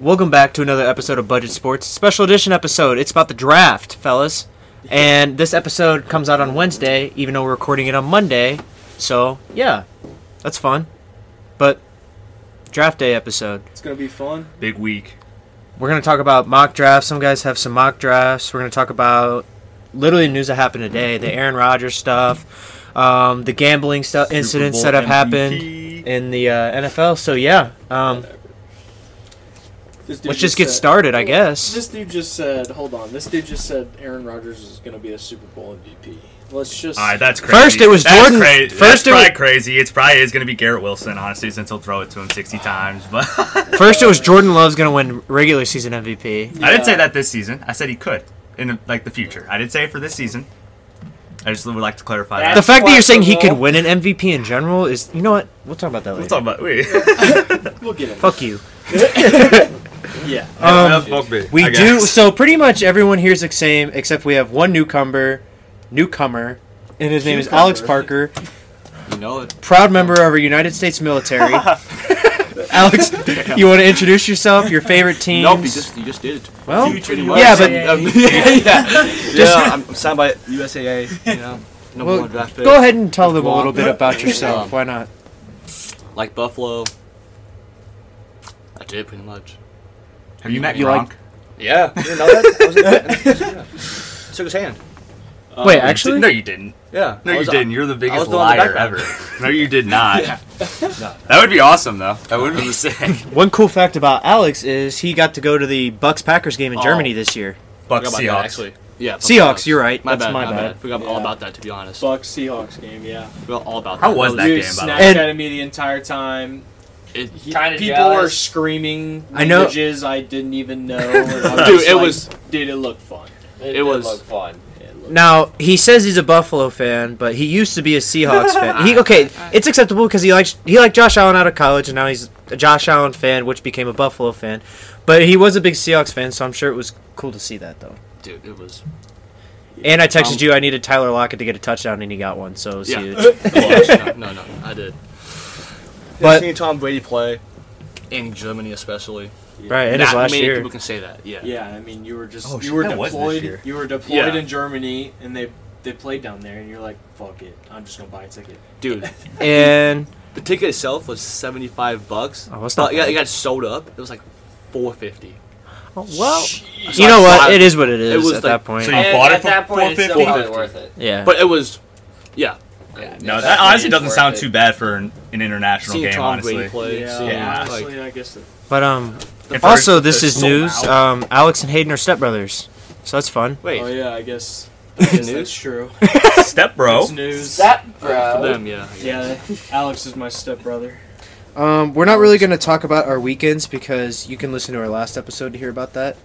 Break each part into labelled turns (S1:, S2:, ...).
S1: Welcome back to another episode of Budget Sports, special edition episode. It's about the draft, fellas. And this episode comes out on Wednesday, even though we're recording it on Monday. So, yeah, that's fun. But, draft day episode.
S2: It's gonna be fun.
S3: Big week.
S1: We're going to talk about mock drafts. Some guys have some mock drafts. We're going to talk about literally the news that happened today the Aaron Rodgers stuff, um, the gambling stuff,
S3: Super
S1: incidents
S3: Bowl
S1: that have
S3: MVP.
S1: happened in the uh, NFL. So, yeah, um,
S2: This dude
S1: let's just get
S2: said-
S1: started, I guess.
S2: This dude just said, "Hold on." This dude just said Aaron Rodgers is gonna be a Super Bowl MVP. Let's just.
S3: All right, that's crazy.
S1: First it was
S3: That's
S1: Jordan-
S3: cra-
S1: first
S3: that's
S1: it
S3: probably
S1: was-
S3: crazy. It's probably is going to be Garrett Wilson, honestly, since he'll throw it to him sixty times. But
S1: First, it was Jordan Love's going to win regular season MVP.
S3: I didn't say
S2: Yeah.
S3: that this season. I said he could in like the future. I didn't say it for this season. I just would like to clarify that.
S1: The
S2: That's
S1: fact that you're saying he
S2: questionable.
S1: could win an MVP in general is, you know what? We'll talk about that later.
S3: We'll talk about wait.
S2: We'll get him.
S1: Fuck you.
S2: Yeah.
S3: Um,
S4: fuck me.
S1: We
S4: I
S1: do
S4: guess.
S1: so. Pretty much everyone here is the same, except we have one newcomer, newcomer, and his name is Alex Parker,
S4: You know it.
S1: proud member of our United States military. Alex, you want to introduce yourself, your favorite teams?
S4: Nope, you just you just did it.
S3: Oh.
S1: well,
S4: Pretty
S1: much. Yeah, but-
S4: Um, yeah, yeah. yeah. I'm, I'm signed by USAA. You know, number
S1: Well,
S4: one draft pick.
S1: go ahead and tell them
S4: Go
S1: a
S4: on.
S1: little bit about yourself.
S4: Um,
S1: Why not?
S4: Like Buffalo. I did pretty much.
S3: Have you met
S1: You
S3: Gronk?
S1: like-
S4: Yeah. You didn't know that? I was in- I was- Took his hand.
S1: Wait,
S3: You
S1: actually,
S3: did- no, you didn't.
S4: Yeah.
S3: No,
S4: I
S3: you
S4: was-
S3: didn't. You're the biggest
S4: was the one in the
S3: liar ever. No, you did not. That would be awesome, though. That would be sick.
S1: one cool fact about Alex is he got to go to the Bucks Packers game in
S4: Oh.
S1: Germany this year.
S3: Buck
S4: Forgot about that,
S3: Seahawks.
S4: actually. Yeah. fuck
S1: Seahawks,
S4: Seahawks.
S1: you're right.
S4: My
S1: That's
S4: bad.
S1: my bad.
S4: Forgot
S2: Yeah.
S4: all about that. To be honest,
S2: Bucks Seahawks game. Yeah.
S4: forgot all about that.
S3: How was that
S2: Dude
S3: game, by the
S2: Snapchatted
S3: way?
S2: me the entire time.
S4: It,
S2: He-
S5: Kinda
S2: people
S5: jealous.
S2: were screaming
S1: I know-
S2: languages I didn't even know. and I
S4: Dude,
S2: just
S4: it
S2: like,
S4: was-
S2: Dude, it looked fun.
S5: It,
S4: It was-
S5: was look fun.
S2: It looked
S1: Now he says he's a Buffalo fan, but he used to be a Seahawks fan. He okay, it's acceptable because he likes he liked Josh Allen out of college, and now he's a Josh Allen fan, which became a Buffalo fan. But he was a big Seahawks fan, so I'm sure it was cool to see that though.
S4: dude, it was.
S1: And I texted
S4: Um,
S1: you I needed Tyler Lockett to get a touchdown, and he got one, so it was
S4: Yeah.
S1: huge.
S4: no, no, no, I did.
S1: But-
S4: seeing Tom Brady play in Germany, especially.
S1: Right, and
S4: Not
S1: it's last
S4: many
S1: year.
S4: people can say that. Yeah.
S2: Yeah, I mean, you were just
S3: Oh, shit,
S2: you were
S3: that was this
S2: deployed.
S3: year.
S2: You were deployed
S4: Yeah.
S2: in Germany, and they they played down there, and you're like, "Fuck it, I'm just gonna buy a ticket."
S4: Dude,
S1: And
S4: the ticket itself was seventy five bucks.
S1: Oh, that's not
S4: But it got-
S1: bad.
S4: it got sold up. It was like four fifty.
S1: well,
S2: Jeez.
S1: you know
S4: I
S1: what?
S4: thought-
S1: It is what it is
S4: Oh, it was
S1: at
S4: like-
S1: that point.
S3: So you- bought it for
S5: that point, it's still
S3: 450?
S5: probably worth it.
S1: yeah,
S4: But it was, yeah.
S3: No,
S5: it's
S3: that
S5: definitely
S3: honestly doesn't
S5: worth
S3: sound
S5: it.
S3: too bad for an, an international
S4: seeing
S3: game,
S4: Tom
S3: honestly.
S4: Brady play.
S2: yeah,
S4: seeing,
S3: yeah.
S4: like,
S2: honestly, I guess. That,
S1: but um,
S3: If
S1: also
S3: they're-
S1: this
S3: they're
S1: is
S3: so
S1: news.
S3: loud.
S1: Um, Alex and Hayden are stepbrothers, so that's fun.
S4: wait,
S2: oh yeah, I guess. I
S4: That's
S2: guess
S4: news? Oh.
S2: that's true.
S1: uh,
S3: Step bro.
S2: That's news.
S5: That
S4: for
S5: bro.
S4: them, yeah. I guess.
S2: yeah, Alex is my stepbrother.
S1: Um, we're not really going to talk about our weekends because you can listen to our last episode to hear about that.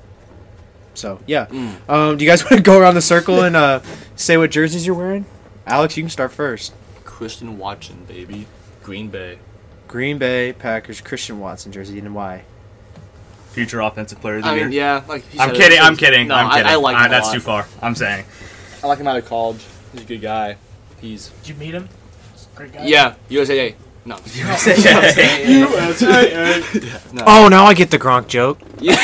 S1: So yeah,
S4: Mm.
S1: um, do you guys want to go around the circle and uh, say what jerseys you're wearing? Alex, you can start first.
S4: Christian Watson, baby, Green Bay.
S1: Green Bay Packers Christian Watson jersey and why?
S3: Future offensive player of the
S4: I
S3: year.
S4: mean, yeah. Like he
S3: I'm
S4: said,
S3: kidding.
S4: it
S3: I'm
S4: was-
S3: kidding.
S4: No,
S3: I'm kidding.
S4: I, I like
S3: Uh,
S4: him a
S3: that's
S4: lot.
S3: too far. I'm saying.
S4: I like him out of college. He's a good guy. He's
S5: Did you meet him? He's a Great guy.
S4: yeah. USA. No.
S2: USA.
S4: no.
S1: Oh, now I get the Gronk joke.
S4: Yeah.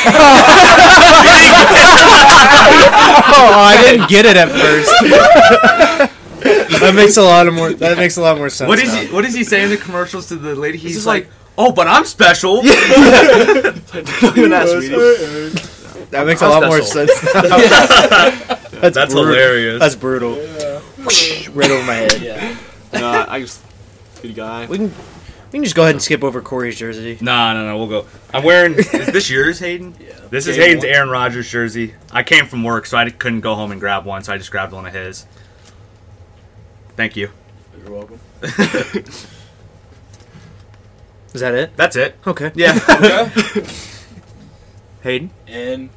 S1: Oh, I didn't get it at first. that makes a lot of more. That makes a lot more sense.
S3: What is
S1: now.
S3: he? What is he saying in the commercials to the lady? He's
S4: just
S3: like, "Oh, but I'm special."
S4: Don't even ask me.
S1: That makes a lot more
S4: Special.
S1: sense. Now. That's,
S3: That's
S1: brutal.
S3: hilarious.
S1: That's brutal. right over my head.
S2: yeah.
S4: No, I just good guy.
S1: We can we can just go ahead and skip over Corey's jersey.
S3: Nah, no, no. We'll go. I'm wearing. is this yours, Hayden?
S2: Yeah.
S3: This is
S4: Game
S3: Hayden's
S4: one.
S3: Aaron Rodgers jersey. I came from work, so I couldn't go home and grab one, so I just grabbed one of his. Thank you.
S2: You're welcome.
S1: Is that it?
S3: That's it.
S1: Okay.
S3: Yeah.
S1: Hayden.
S2: And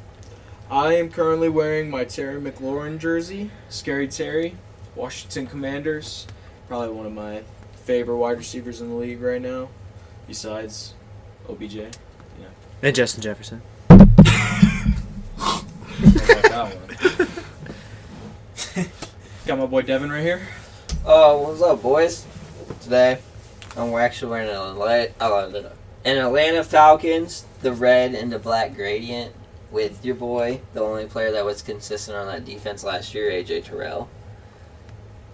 S2: I am currently wearing my Terry McLaurin jersey, Scary Terry, Washington Commanders. Probably one of my favorite wide receivers in the league right now, besides OBJ. I
S1: And Justin Jefferson.
S2: like that one. Got my boy Devin right here.
S5: Oh, what's up, boys? Today, um, we're actually wearing an Atlanta, uh, an Atlanta Falcons. the red and the black gradient with your boy, the only player that was consistent on that defense last year, AJ Terrell.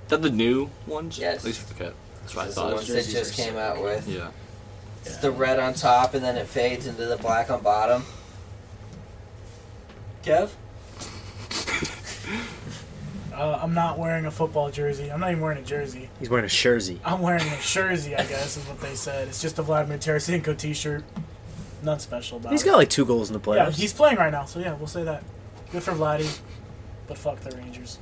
S4: that the new ones?
S5: Yes.
S4: At least for the cut. That's what I
S5: It's the
S4: thought.
S5: ones that just came out with.
S4: Yeah.
S5: It's the red on top and then it fades into the black on bottom. Kev?
S6: Uh, I'm not wearing a football jersey. I'm not even wearing a jersey.
S1: He's wearing a jersey.
S6: I'm wearing a jersey, I guess, is what they said. It's just a Vladimir Tarasenko t-shirt. Nothing special about
S1: He's
S6: it.
S1: got like two goals in the
S6: yeah,
S1: playoffs.
S6: he's playing right now, so yeah, we'll say that. Good for Vladdy, but fuck the Rangers.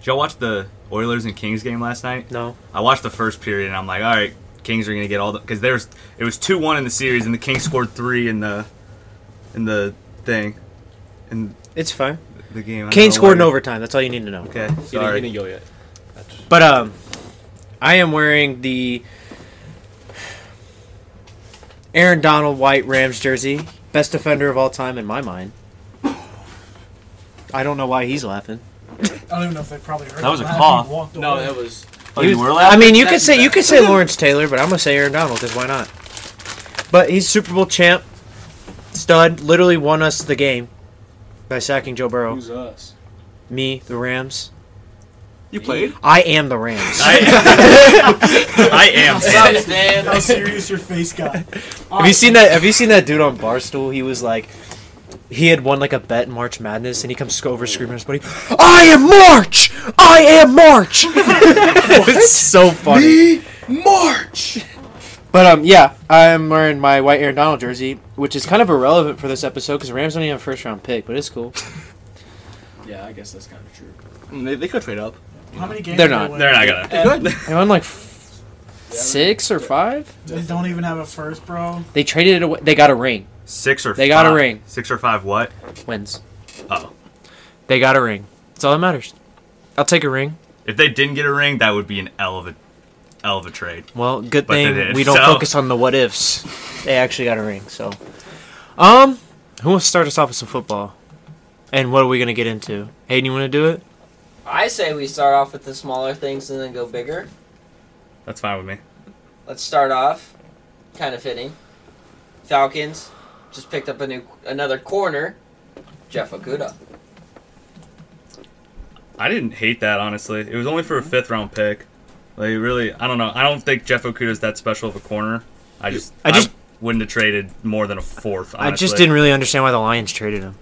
S3: Did y'all watch the Oilers and Kings game last night?
S1: no.
S3: I watched the first period and I'm like, all right, Kings are gonna get all the because there's it was two one in the series and the Kings scored three in the in the thing in
S1: It's fine.
S3: the game. I
S1: Kane
S3: don't know
S1: scored in
S3: why.
S1: overtime. That's all you need to know.
S3: Okay,
S4: You didn't, you
S3: sorry.
S4: didn't go yet.
S1: But um, I am wearing the Aaron Donald White Rams jersey, best defender of all time in my mind. I don't know why he's laughing.
S6: I don't even know if they probably heard
S3: That was a
S6: him. I think
S3: cough.
S6: he walked
S2: No,
S6: away.
S2: that was
S4: Oh,
S1: He
S4: you
S1: was-
S4: were
S1: I
S4: laughing?
S1: mean, you
S2: That's
S1: could say you
S2: better.
S1: could say Lawrence Taylor, but I'm gonna say Aaron Donald because why not? But he's Super Bowl champ, stud, literally won us the game by sacking Joe
S4: Oh.
S1: Burrow.
S2: who's us?
S1: Me, the Rams.
S4: You played?
S1: I am the Rams.
S3: I am.
S2: Stop, Stan.
S6: How serious your face got.
S1: Have you seen that? Have you seen that dude on Barstool? He was like, he had won like a bet in March Madness, and he comes over screaming at his buddy, "I am March! I am March!" it's so funny.
S2: March.
S1: But um, yeah, I'm wearing my white Aaron Donald jersey, which is kind of irrelevant for this episode because Rams don't even have a first round pick, but it's cool.
S2: Yeah, I guess that's kind of true.
S4: Mm, They, they could trade up.
S6: How many games
S1: They're
S6: did
S1: not.
S6: win?
S3: They're not gonna.
S4: They could.
S1: They won like f- six or five.
S6: They don't even have a first, bro.
S1: They traded it away. They got a ring.
S3: Six or
S1: They got a
S3: five-
S1: ring.
S3: Six or five what?
S1: Wins.
S3: Oh,
S1: They got a ring. That's all that matters. I'll take a ring.
S3: if they didn't get a ring, that would be an hell of a hell of a trade.
S1: Well, good
S3: But they
S1: thing
S3: did,
S1: we don't
S3: so-
S1: focus on the what ifs. They actually got a ring, so. Um, who wants to start us off with some football? And what are we gonna get into? Hayden, you want to do it?
S5: I say we start off with the smaller things and then go bigger.
S3: That's fine with me.
S5: Let's start off. Kind of fitting. Falcons just picked up a new another corner. Jeff Okuda.
S3: I didn't hate that honestly. It was only for a
S1: Mm-hmm.
S3: fifth round pick. Like really, I don't know. I don't think Jeff Okuda's that special of a corner. I just,
S1: I
S3: I
S1: just-
S3: just wouldn't have traded more than a fourth.
S1: I just
S3: honestly.
S1: didn't really understand why the Lions traded him.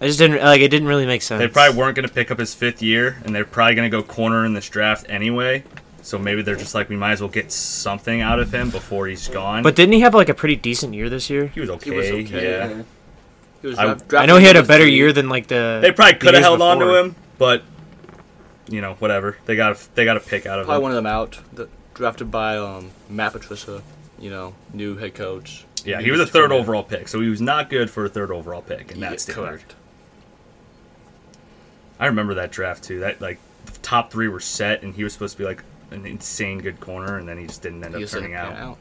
S1: I just didn't like. It didn't really make sense.
S3: They probably weren't going to pick up his fifth year, and they're probably going to go corner in this draft anyway. So maybe they're just like, we might as well get something out of him before he's gone.
S1: But didn't he have like a pretty decent year this year?
S3: he was okay.
S4: He was okay.
S3: Yeah.
S4: He was
S3: I-
S4: draft-
S1: I know he had a better
S4: drafted
S1: year than like the.
S3: They probably
S1: the
S3: could have
S1: years
S3: held on to
S1: before.
S3: him, but you know, whatever. They got a, they got a pick out of
S4: Probably
S3: him.
S4: one of them out. The, drafted by um, Matt Patricia, you know, new head coach.
S3: Yeah,
S4: New
S3: he was a third
S4: coach.
S3: overall pick, so he was not good for a third overall pick, and
S4: Yeah,
S3: that's correct.
S4: correct.
S3: I remember that draft too. That like the top three were set, and he was supposed to be like an insane good corner, and then he just didn't end
S4: He
S3: up
S4: was
S3: turning out.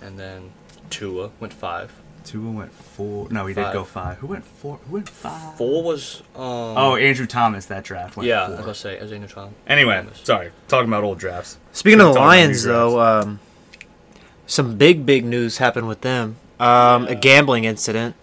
S4: And then Tua went five.
S3: Tua went four. No, he
S4: Five.
S3: did go five. Who went four? Who went five?
S4: Four was um. Oh
S3: Oh, Andrew Thomas that draft. Went
S4: yeah. I
S3: four.
S4: was gonna say as a Tom.
S3: Anyway, sorry. Talking about old drafts.
S1: Speaking of
S3: It's
S1: the
S3: all
S1: Lions,
S3: new
S1: though, um, some big big news happened with them. Um, A
S2: Yeah.
S1: gambling incident.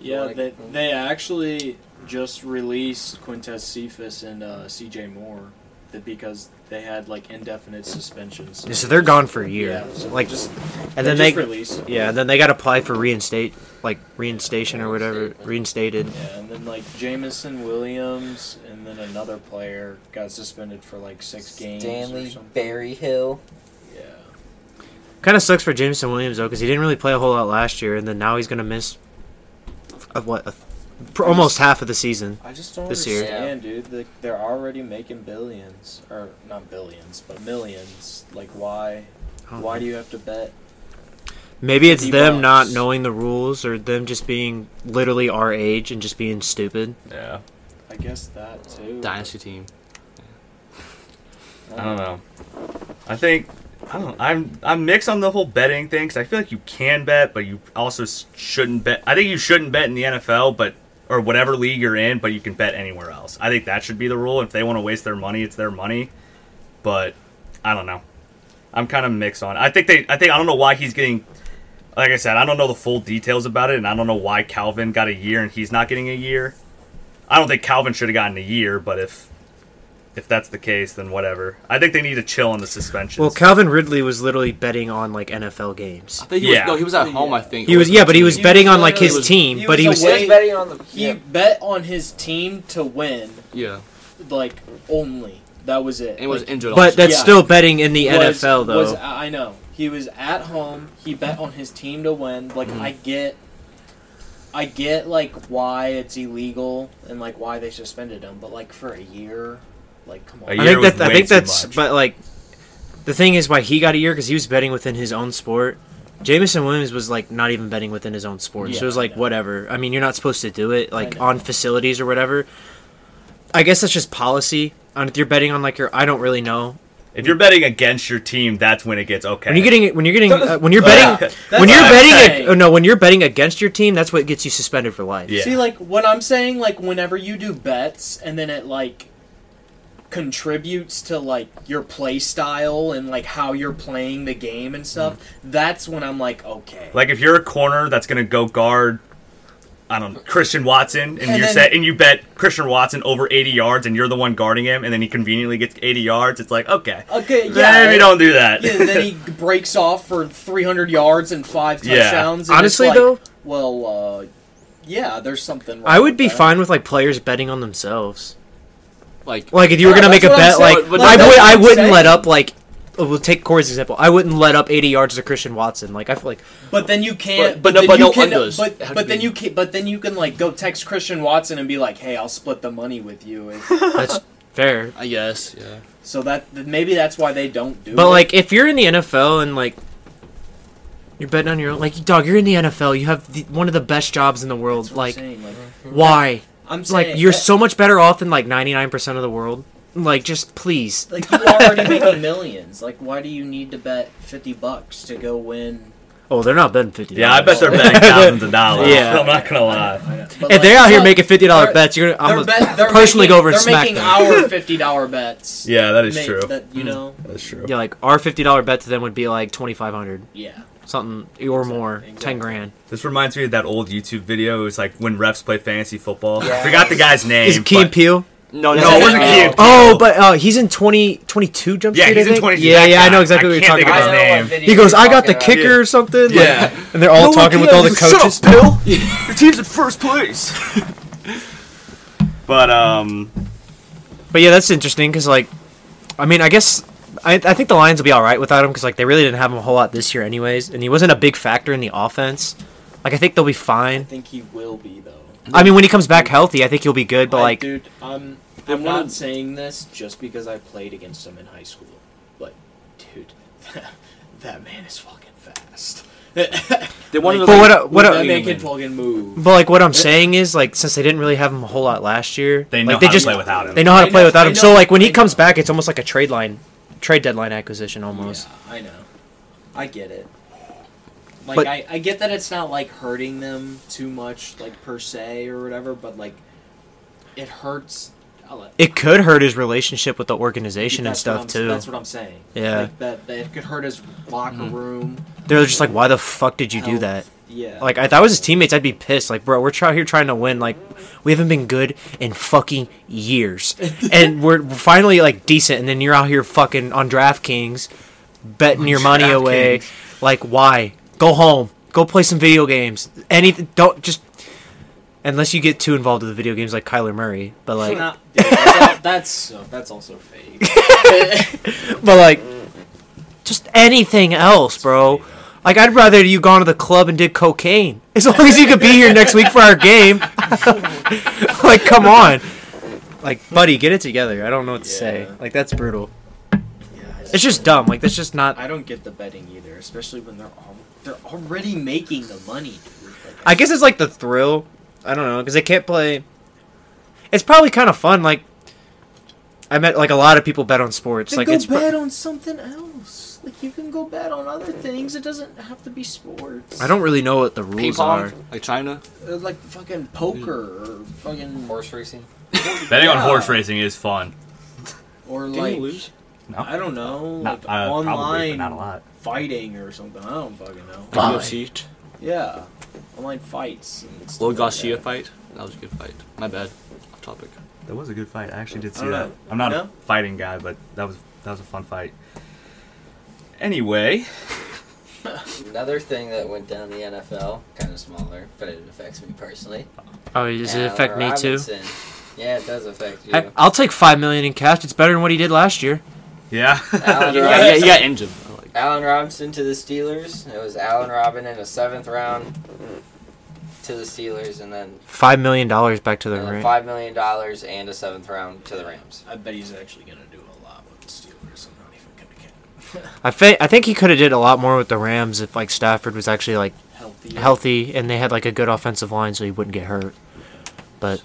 S2: Yeah,
S5: Like-
S2: they, they actually just released Quintez Cephas and uh, CJ Moore that because they had like indefinite suspensions.
S1: Yeah, So they're gone for a year.
S2: Yeah, so
S1: like,
S2: just,
S1: and then they,
S2: just released.
S1: yeah, and then they got to apply for reinstate, like reinstation or whatever, reinstated.
S2: Yeah, and then like Jamison Williams and then another player got suspended for like six games. or
S5: Stanley
S2: something.
S5: Barry Hill.
S2: Yeah.
S1: Kind of sucks for Jameson Williams though, because he didn't really play a whole lot last year, and then now he's gonna miss, uh, what, a, pr- almost half of the season.
S2: I just don't
S1: This year.
S2: understand, dude. They- They're already making billions, or not billions, but millions. Like, why?
S1: Oh,
S2: Why do you have to bet?
S1: Maybe it's them not
S2: D-backs.
S1: knowing the rules, or them just being literally our age and just being stupid.
S4: Yeah.
S2: I guess that too.
S4: Dynasty team.
S3: I don't know. I think I don't. I'm I'm mixed on the whole betting thing because I feel like you can bet, but you also s- shouldn't bet. I think you shouldn't bet in the NFL, but or whatever league you're in, but you can bet anywhere else. I think that should be the rule. If they want to waste their money, it's their money. But I don't know. I'm kind of mixed on. I think they. I think I don't know why he's getting Like I said, I don't know the full details about it, and I don't know why Calvin got a year and he's not getting a year. I don't think Calvin should have gotten a year, but if if that's the case, then whatever. I think they need to chill on the suspensions.
S1: Well, Calvin Ridley was literally betting on like NFL games.
S4: I think he
S3: Yeah.
S4: was, no, he was at
S2: Yeah.
S4: home. I think
S1: He was yeah, but he was
S2: He
S1: betting
S2: was,
S1: on like
S2: uh,
S1: his
S4: he was-
S1: team, but he was
S2: away.
S5: just betting on the.
S2: He
S5: yeah.
S2: bet on his team to win,
S4: yeah,
S2: like only. That was it.
S4: and he was
S2: Like,
S4: injured.
S1: but
S4: also.
S1: that's
S2: Yeah.
S1: still betting in the
S2: was-
S1: NFL though.
S2: was- I I know he was at home. He bet on his team to win. Like
S1: Mm-hmm.
S2: I get, I get like why it's illegal and like why they suspended him, but like for a year, like come
S3: A
S2: on.
S1: I
S3: year
S1: think
S3: was
S1: that I
S3: way
S1: think
S3: too
S1: that's
S3: much.
S1: but like the thing is why he got a year because he was betting within his own sport. Jamison Williams was like not even betting within his own sport, so
S2: Yeah,
S1: it was
S2: I
S1: like
S2: know.
S1: whatever. I mean, you're not supposed to do it like
S2: know.
S1: on facilities or whatever. I guess that's just policy. And if you're betting on like your, I don't really know.
S3: if you're betting against your team, that's when it gets okay.
S1: When you're getting, when you're getting, uh, when you're
S3: Yeah.
S1: betting,
S2: That's
S1: when you're
S2: what I'm
S1: betting,
S2: saying.
S1: a, oh, no, when you're betting against your team, that's what gets you suspended for life.
S3: Yeah.
S2: See, like what I'm saying, like whenever you do bets and then it like contributes to like your play style and like how you're playing the game and stuff. That's when I'm like, okay.
S3: Like if you're a corner that's gonna go guard, I don't know, Christian Watson, and,
S2: And
S3: you're
S2: then-
S3: set, and you bet Christian Watson over 80 yards, and you're the one guarding him, and then he conveniently gets 80 yards. It's like okay,
S2: okay, Oh, yeah.
S3: maybe don't do that.
S2: yeah, then he breaks off for 300 yards and five
S3: Yeah.
S2: touchdowns. and it's
S1: Honestly,
S2: like,
S1: though,
S2: well, uh, yeah, there's something. Wrong
S1: I would
S2: with
S1: be
S2: that.
S1: fine with like players betting on themselves.
S4: like
S1: Like if you were
S2: Yeah,
S1: gonna make
S2: that's
S1: a
S2: what
S1: bet,
S2: I'm saying.
S1: like,
S4: But
S1: I
S4: that's
S1: would,
S2: what
S1: I
S2: I'm
S1: wouldn't
S2: saying.
S1: let up like. uh, We'll take Corey's example. I wouldn't let up 80 yards to Christian Watson. Like I feel like
S2: But then you can't. But,
S4: But- but no-
S2: then
S4: but
S2: you
S4: no
S2: can,
S4: unders. It had
S2: But,
S4: to
S2: but then
S4: be-
S2: you can. But then you can like go text Christian Watson and be like, "Hey, I'll split the money with you." And
S1: that's fair.
S4: I guess yeah.
S2: so that maybe that's why they don't do. it.
S1: But like if you're in the NFL and like you're betting on your own, like dog, you're in the NFL. You have the, one of the best jobs in the world.
S2: That's what
S1: like
S2: I'm saying. like,
S1: why?
S2: I'm saying
S1: Like you're
S2: that-
S1: so much better off than like 99% of the world. Like just please.
S2: like you already making millions. Like, why do you need to bet fifty bucks to go win?
S1: Oh, they're not betting 50.
S3: Yeah, I bet they're betting thousands of dollars.
S1: Yeah.
S3: I'm not gonna lie.
S2: But,
S1: If
S2: like,
S1: they're out here
S2: no,
S1: making fifty dollar
S2: they're-
S1: bets, you're gonna, I'm
S2: they're
S1: gonna
S2: bet- they're
S1: personally
S2: making,
S1: go over and
S2: they're
S1: smack
S2: making
S1: them.
S2: our fifty dollar bets.
S3: Yeah, that is
S2: Ma-
S3: true. Hmm.
S2: That you know,
S3: That's true.
S1: yeah, like our fifty dollar bet to them would be like twenty five hundred
S2: yeah.
S1: something or more, ten grand.
S3: This reminds me of that old YouTube video. It was like when refs play fantasy football. I
S5: Yes.
S3: forgot the guy's name.
S1: Is it Key and
S3: but-
S1: Peele?
S4: No,
S3: No, it wasn't
S5: Oh.
S3: Key and
S1: Oh,
S3: Peele.
S1: but uh, he's in 20, 22 Jump
S3: Yeah,
S1: Street.
S3: he's
S1: I
S3: in
S1: think?
S3: 22.
S1: Yeah,
S3: That
S1: yeah, I
S3: guy.
S1: know exactly
S3: I
S1: what you're talking
S3: can't think
S1: about.
S3: of his
S5: I know
S3: name.
S5: what video
S1: He goes,
S5: you're
S1: I got the
S5: talking about."
S1: kicker or something. like-
S4: Yeah.
S1: and they're all talking with all the coaches.
S4: Bill. Your team's in first place.
S3: But um,
S1: But yeah, that's interesting because like, I mean, I guess I, I think the Lions will be all right without him because like they really didn't have him a whole lot this year anyways, and he wasn't a big factor in the offense. Like I think they'll be fine.
S2: I think he will be though.
S1: I mean, when he comes back healthy, I think he'll be good. But
S2: I-
S1: like,
S2: dude, I'm I'm not saying this just because I played against him in high school, but dude, that, man is fucking fast. that
S4: They wanted
S1: But
S4: to,
S1: what- what-
S4: win
S1: I
S2: man
S4: England.
S2: can fucking move.
S1: But like what I'm saying is like since they didn't really have him a whole lot last year,
S3: they know
S1: like, they
S3: how
S1: just
S3: to play without him.
S1: they know how to
S2: I
S1: play
S2: know-
S1: without
S2: I
S1: him.
S2: know-
S1: So like when he
S2: I
S1: comes
S2: know.
S1: back, it's almost like a trade line, trade deadline acquisition
S2: Yeah,
S1: almost.
S2: I know, I get it. Like
S1: But-
S2: I, I get that it's not like hurting them too much, like per se or whatever, but like it hurts. I'll-
S1: It could hurt his relationship with the organization and
S2: that's what
S1: stuff
S2: I'm-
S1: too.
S2: That's what I'm saying.
S1: Yeah. Mm-hmm.
S2: like that, that it could hurt his locker room.
S1: They're just like, why the fuck did you do
S2: health.
S1: that?
S2: Yeah,
S1: Like if I was his teammates, I'd be pissed. Like bro, we're try- here trying to win. Like we haven't been good in fucking years, and we're finally like decent. And then you're out here fucking on DraftKings, betting your money away. Like why? Go home. Go play some video games. Anything. Don't just. Unless you get too involved with the video games, like Kyler Murray, but like,
S2: Not- yeah, that- that's that's also fake.
S1: but like, just anything else, bro. Like, I'd rather you gone to the club and did cocaine. As long as you could be here next week for our game. like, come on. Like, buddy, get it together. I don't know what to say.
S2: Yeah.
S1: Like, that's brutal.
S2: Yeah,
S1: It's just dumb. Like, that's just not.
S2: I don't get the betting either, especially when they're al- they're already making the money, dude. Like,
S1: I guess it's like the thrill. I don't know because they can't play. It's probably kind of fun. Like, I met like a lot of people bet on sports.
S2: then
S1: Like,
S2: go
S1: it's. pro-
S2: bet on something else. Like you can go bet on other things. It doesn't have to be sports.
S1: I don't really know what the rules are.
S4: like China.
S2: Uh, like fucking poker or fucking
S5: Horse racing.
S3: Betting on
S2: Yeah.
S3: horse racing is fun.
S2: or
S4: Didn't
S2: like
S4: you lose?
S3: No,
S2: I don't know. like
S3: not, uh, probably,
S2: online
S3: but not a lot.
S2: fighting or something. I don't fucking know.
S1: Fine.
S4: UFC.
S2: Yeah. Online fights. And stuff
S4: Little
S2: like
S4: Garcia
S2: that.
S4: fight. That was a good fight. My bad. Off topic.
S3: That was a good fight. I actually did
S2: I
S3: see
S5: Oh,
S2: don't
S3: that.
S2: know.
S3: I'm not
S2: No?
S3: a fighting guy, but that was that was a fun fight. Anyway,
S5: Another thing that went down in the NFL, kind of smaller, but it affects me personally.
S1: Oh, does it
S5: Allen
S1: affect me too?
S5: Robinson. Yeah, it does affect you.
S1: Heck, I'll take five million in cash. It's better than what he did last year.
S3: yeah.
S5: Allen
S4: Yeah,
S5: Robinson,
S4: yeah, he got injured. I like-
S5: Allen Robinson to the Steelers. It was Allen Robin in the seventh round to the Steelers, and then,
S1: Five million dollars back to the
S5: and then
S1: ring.
S5: Uh, five million dollars and a seventh round to the Rams.
S2: I bet he's actually gonna do a lot with the Steelers. I'm not even gonna get
S1: I, fa- I think he could have did a lot more with the Rams if like Stafford was actually like
S2: healthy.
S1: healthy and they had like a good offensive line so he wouldn't get hurt. But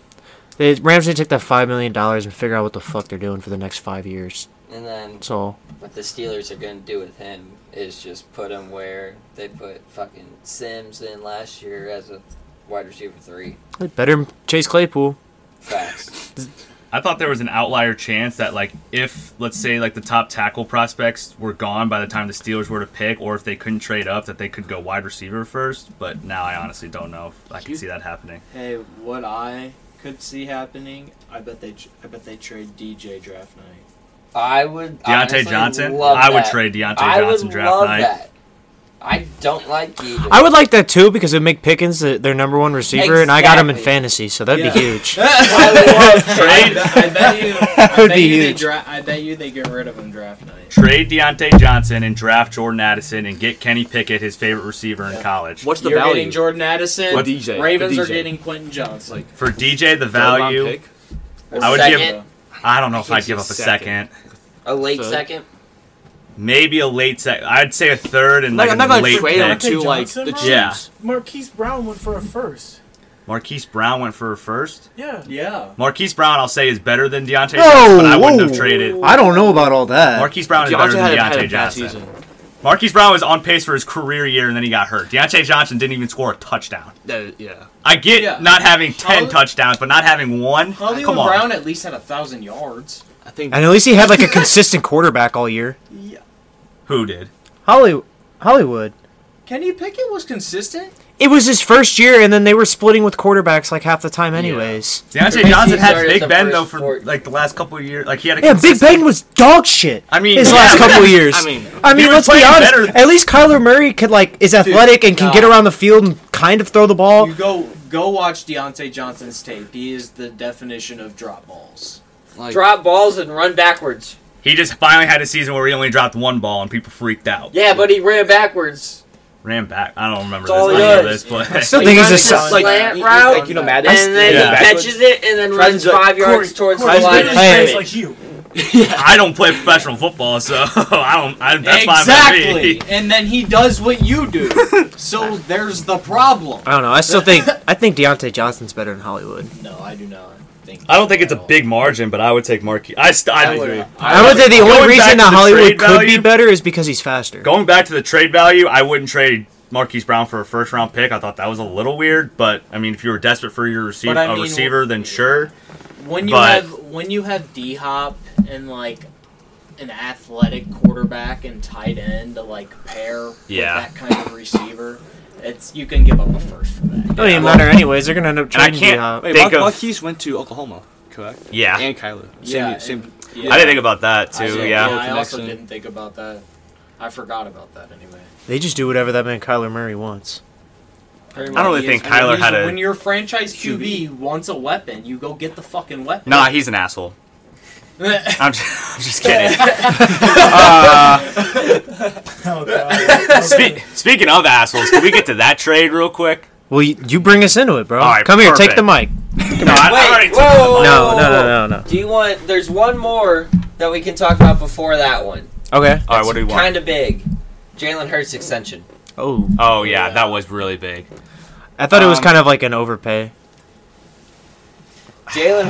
S1: the Rams need to take that five million dollars and figure out what the fuck they're doing for the next five years.
S5: And then
S1: So
S5: what the Steelers are going to do with him is just put him where they put fucking Sims in last year as a wide receiver three.
S1: better than Chase Claypool.
S5: Facts.
S3: I thought there was an outlier chance that like if let's say like the top tackle prospects were gone by the time the Steelers were to pick, or if they couldn't trade up, that they could go wide receiver first. But now I honestly don't know if I can see that happening.
S2: Hey, what I could see happening, I bet they, I bet they trade DJ draft night.
S5: I would
S3: Deontay
S5: honestly
S3: Johnson,
S5: Love
S3: I would
S5: that.
S3: trade Deontay
S5: I
S3: Johnson
S5: would
S3: draft
S5: love
S3: night.
S5: That. I don't like either.
S1: I would like that too because it would make Pickens the, their number one receiver, and I got him in
S5: Exactly.
S1: fantasy, so that'd be
S2: Yeah.
S1: huge.
S5: I would love
S2: I,
S3: Trade
S2: bet, I bet you.
S1: That
S2: I
S1: would
S2: bet
S1: be
S2: you, they
S1: huge.
S2: dra- I bet you they get rid of him draft night.
S3: trade Deontay Johnson and draft Jordan Addison and get Kenny Pickett, his favorite receiver in
S2: Yeah.
S3: college.
S4: What's the
S2: You're
S4: value?
S2: getting Jordan Addison.
S4: What DJ?
S2: Ravens
S4: The
S2: are
S4: DJ.
S2: getting Quentin Johnson. Like
S3: For DJ, the
S4: Third round
S3: value.
S4: pick?
S5: a
S3: I would give-
S5: second,
S3: I don't know if
S4: I
S3: I'd
S4: think
S3: give up
S4: it's
S3: a
S4: a
S3: second.
S4: second.
S5: a late
S4: Third.
S5: second.
S3: Maybe a late second. I'd say a third and
S4: Like,
S3: like,
S4: I'm not
S3: a
S4: gonna
S3: late
S4: trade him
S3: pick.
S6: Deontay
S4: to like
S6: Johnson,
S4: the
S6: bro?
S4: Chiefs.
S3: Yeah.
S6: Marquise Brown went for a first.
S3: Marquise Brown went for a first.
S6: Yeah.
S2: Yeah.
S3: Marquise Brown, I'll say, is better than Deontay
S1: Whoa,
S3: Johnson, but I wouldn't have
S1: whoa.
S3: traded.
S1: I don't know about all that.
S3: Marquise Brown is
S4: Deontay
S3: better than
S4: had a- had a
S3: Deontay
S4: bad
S3: Johnson.
S4: season.
S3: Marquise Brown was on pace for his career year, and then he got hurt. Deontay Johnson didn't even score a touchdown.
S4: Uh, yeah.
S3: I get
S2: Yeah.
S3: not having ten
S2: Holly-
S3: touchdowns, but not having one.
S2: Hollywood
S3: Come on,
S2: Brown at least had a thousand yards.
S4: I think
S1: and at least he had like a consistent quarterback all year.
S2: Yeah.
S3: who did?
S1: Holly- Hollywood.
S2: Kenny Pickett was consistent.
S1: It was his first year, and then they were splitting with quarterbacks like half the time, anyways.
S3: Deontay
S5: Crazy
S3: Johnson had
S5: started
S3: Big
S5: the
S3: Ben
S5: first
S3: though for
S5: four-
S3: like the last couple of years. Like he had a
S1: Yeah, Big
S3: consistent-
S1: Ben was dog shit.
S3: I mean,
S1: his
S3: yeah.
S1: last couple of years.
S4: I mean,
S1: I mean, let's
S3: was
S1: be
S3: playing
S1: honest.
S3: better-
S1: At least Kyler Murray could like is athletic and can
S2: nah.
S1: get around the field and kind of throw the ball.
S2: You go go watch Deontay Johnson's tape. He is the definition of drop balls.
S4: like
S5: Drop balls and run backwards.
S3: He just finally had a season where he only dropped one ball and people freaked out.
S5: Yeah, but he ran backwards.
S3: Ran back. I don't remember
S5: It's all
S3: this.
S5: he
S3: I know
S5: does.
S3: this, but
S1: I still
S5: Like,
S1: think he's
S5: running
S1: a
S5: a
S1: sub.
S5: slant
S4: y- y-
S5: route,
S4: like you know Madden.
S5: and then
S3: Yeah.
S5: he catches it, and then
S4: Tries
S5: runs
S4: to-
S5: five yards towards the
S6: Corey,
S4: Tries
S5: line
S4: to-
S5: of
S1: Hey.
S6: Corey's
S5: scrimmage.
S6: like you.
S3: I don't play professional football, so I don't. I, that's fine by
S2: exactly.
S3: me.
S2: And then he does what you do. so there's the problem.
S1: I don't know. I still think I think Deontay Johnson's better than Hollywood.
S2: No, I do not think.
S3: I don't think it's a
S2: at all.
S3: big margin, but I would take Marquis. I, st- I,
S2: I would-
S1: I would say the
S3: Going
S1: only
S3: back to
S1: reason that
S3: the
S1: Hollywood
S3: trade
S1: could be
S3: value-
S1: better is because he's faster.
S3: Going back to the trade value, I wouldn't trade Marquise Brown for a first round pick. I thought that was a little weird, but I mean, if you were desperate for your receiver,
S2: But I
S3: a
S2: mean,
S3: receiver, then sure.
S2: When you
S3: But-
S2: have when you have D Hop and like an athletic quarterback and tight end to like pair
S3: Yeah.
S2: with that kind of receiver, it's you can give up a first for that.
S1: It doesn't even matter anyways. They're gonna end up
S3: And I
S1: trading
S3: can't-
S1: Deontay.
S4: Wait,
S3: Think
S4: Mar-
S3: of-
S4: Marquise went to Oklahoma, correct?
S3: Yeah,
S4: And Kyler. Same,
S2: Yeah,
S4: same.
S2: Yeah.
S3: I didn't think about that
S2: I
S3: too.
S2: did-
S3: yeah.
S2: I also
S4: Connection.
S2: didn't think about that. I forgot about that anyway.
S1: They just do whatever that man Kyler Murray wants.
S3: I don't really think Kyler had
S2: When
S3: a.
S2: your franchise QB wants a weapon, you go get the fucking weapon.
S3: Nah, he's an asshole.
S2: I
S3: I'm just, I'm just kidding.
S6: Oh god.
S3: Spe- speaking of assholes, can we get to that trade real quick?
S1: Well, you, you bring us into it, bro.
S3: All right,
S1: Come here, take
S3: perfect.
S1: the mic.
S3: No, I, I already
S5: Wait,
S3: took
S5: whoa,
S3: it.
S5: whoa,
S1: No,
S5: whoa,
S1: no,
S5: whoa, whoa.
S1: no, no, no.
S5: Do you want? There's one more that we can talk about before that one.
S1: Okay.
S3: All right, what do we want?
S5: Kind of big. Jalen Hurts extension.
S1: Oh,
S3: Oh yeah, that was really big.
S1: I thought it was
S3: Um,
S1: kind of like an overpay.
S5: Jalen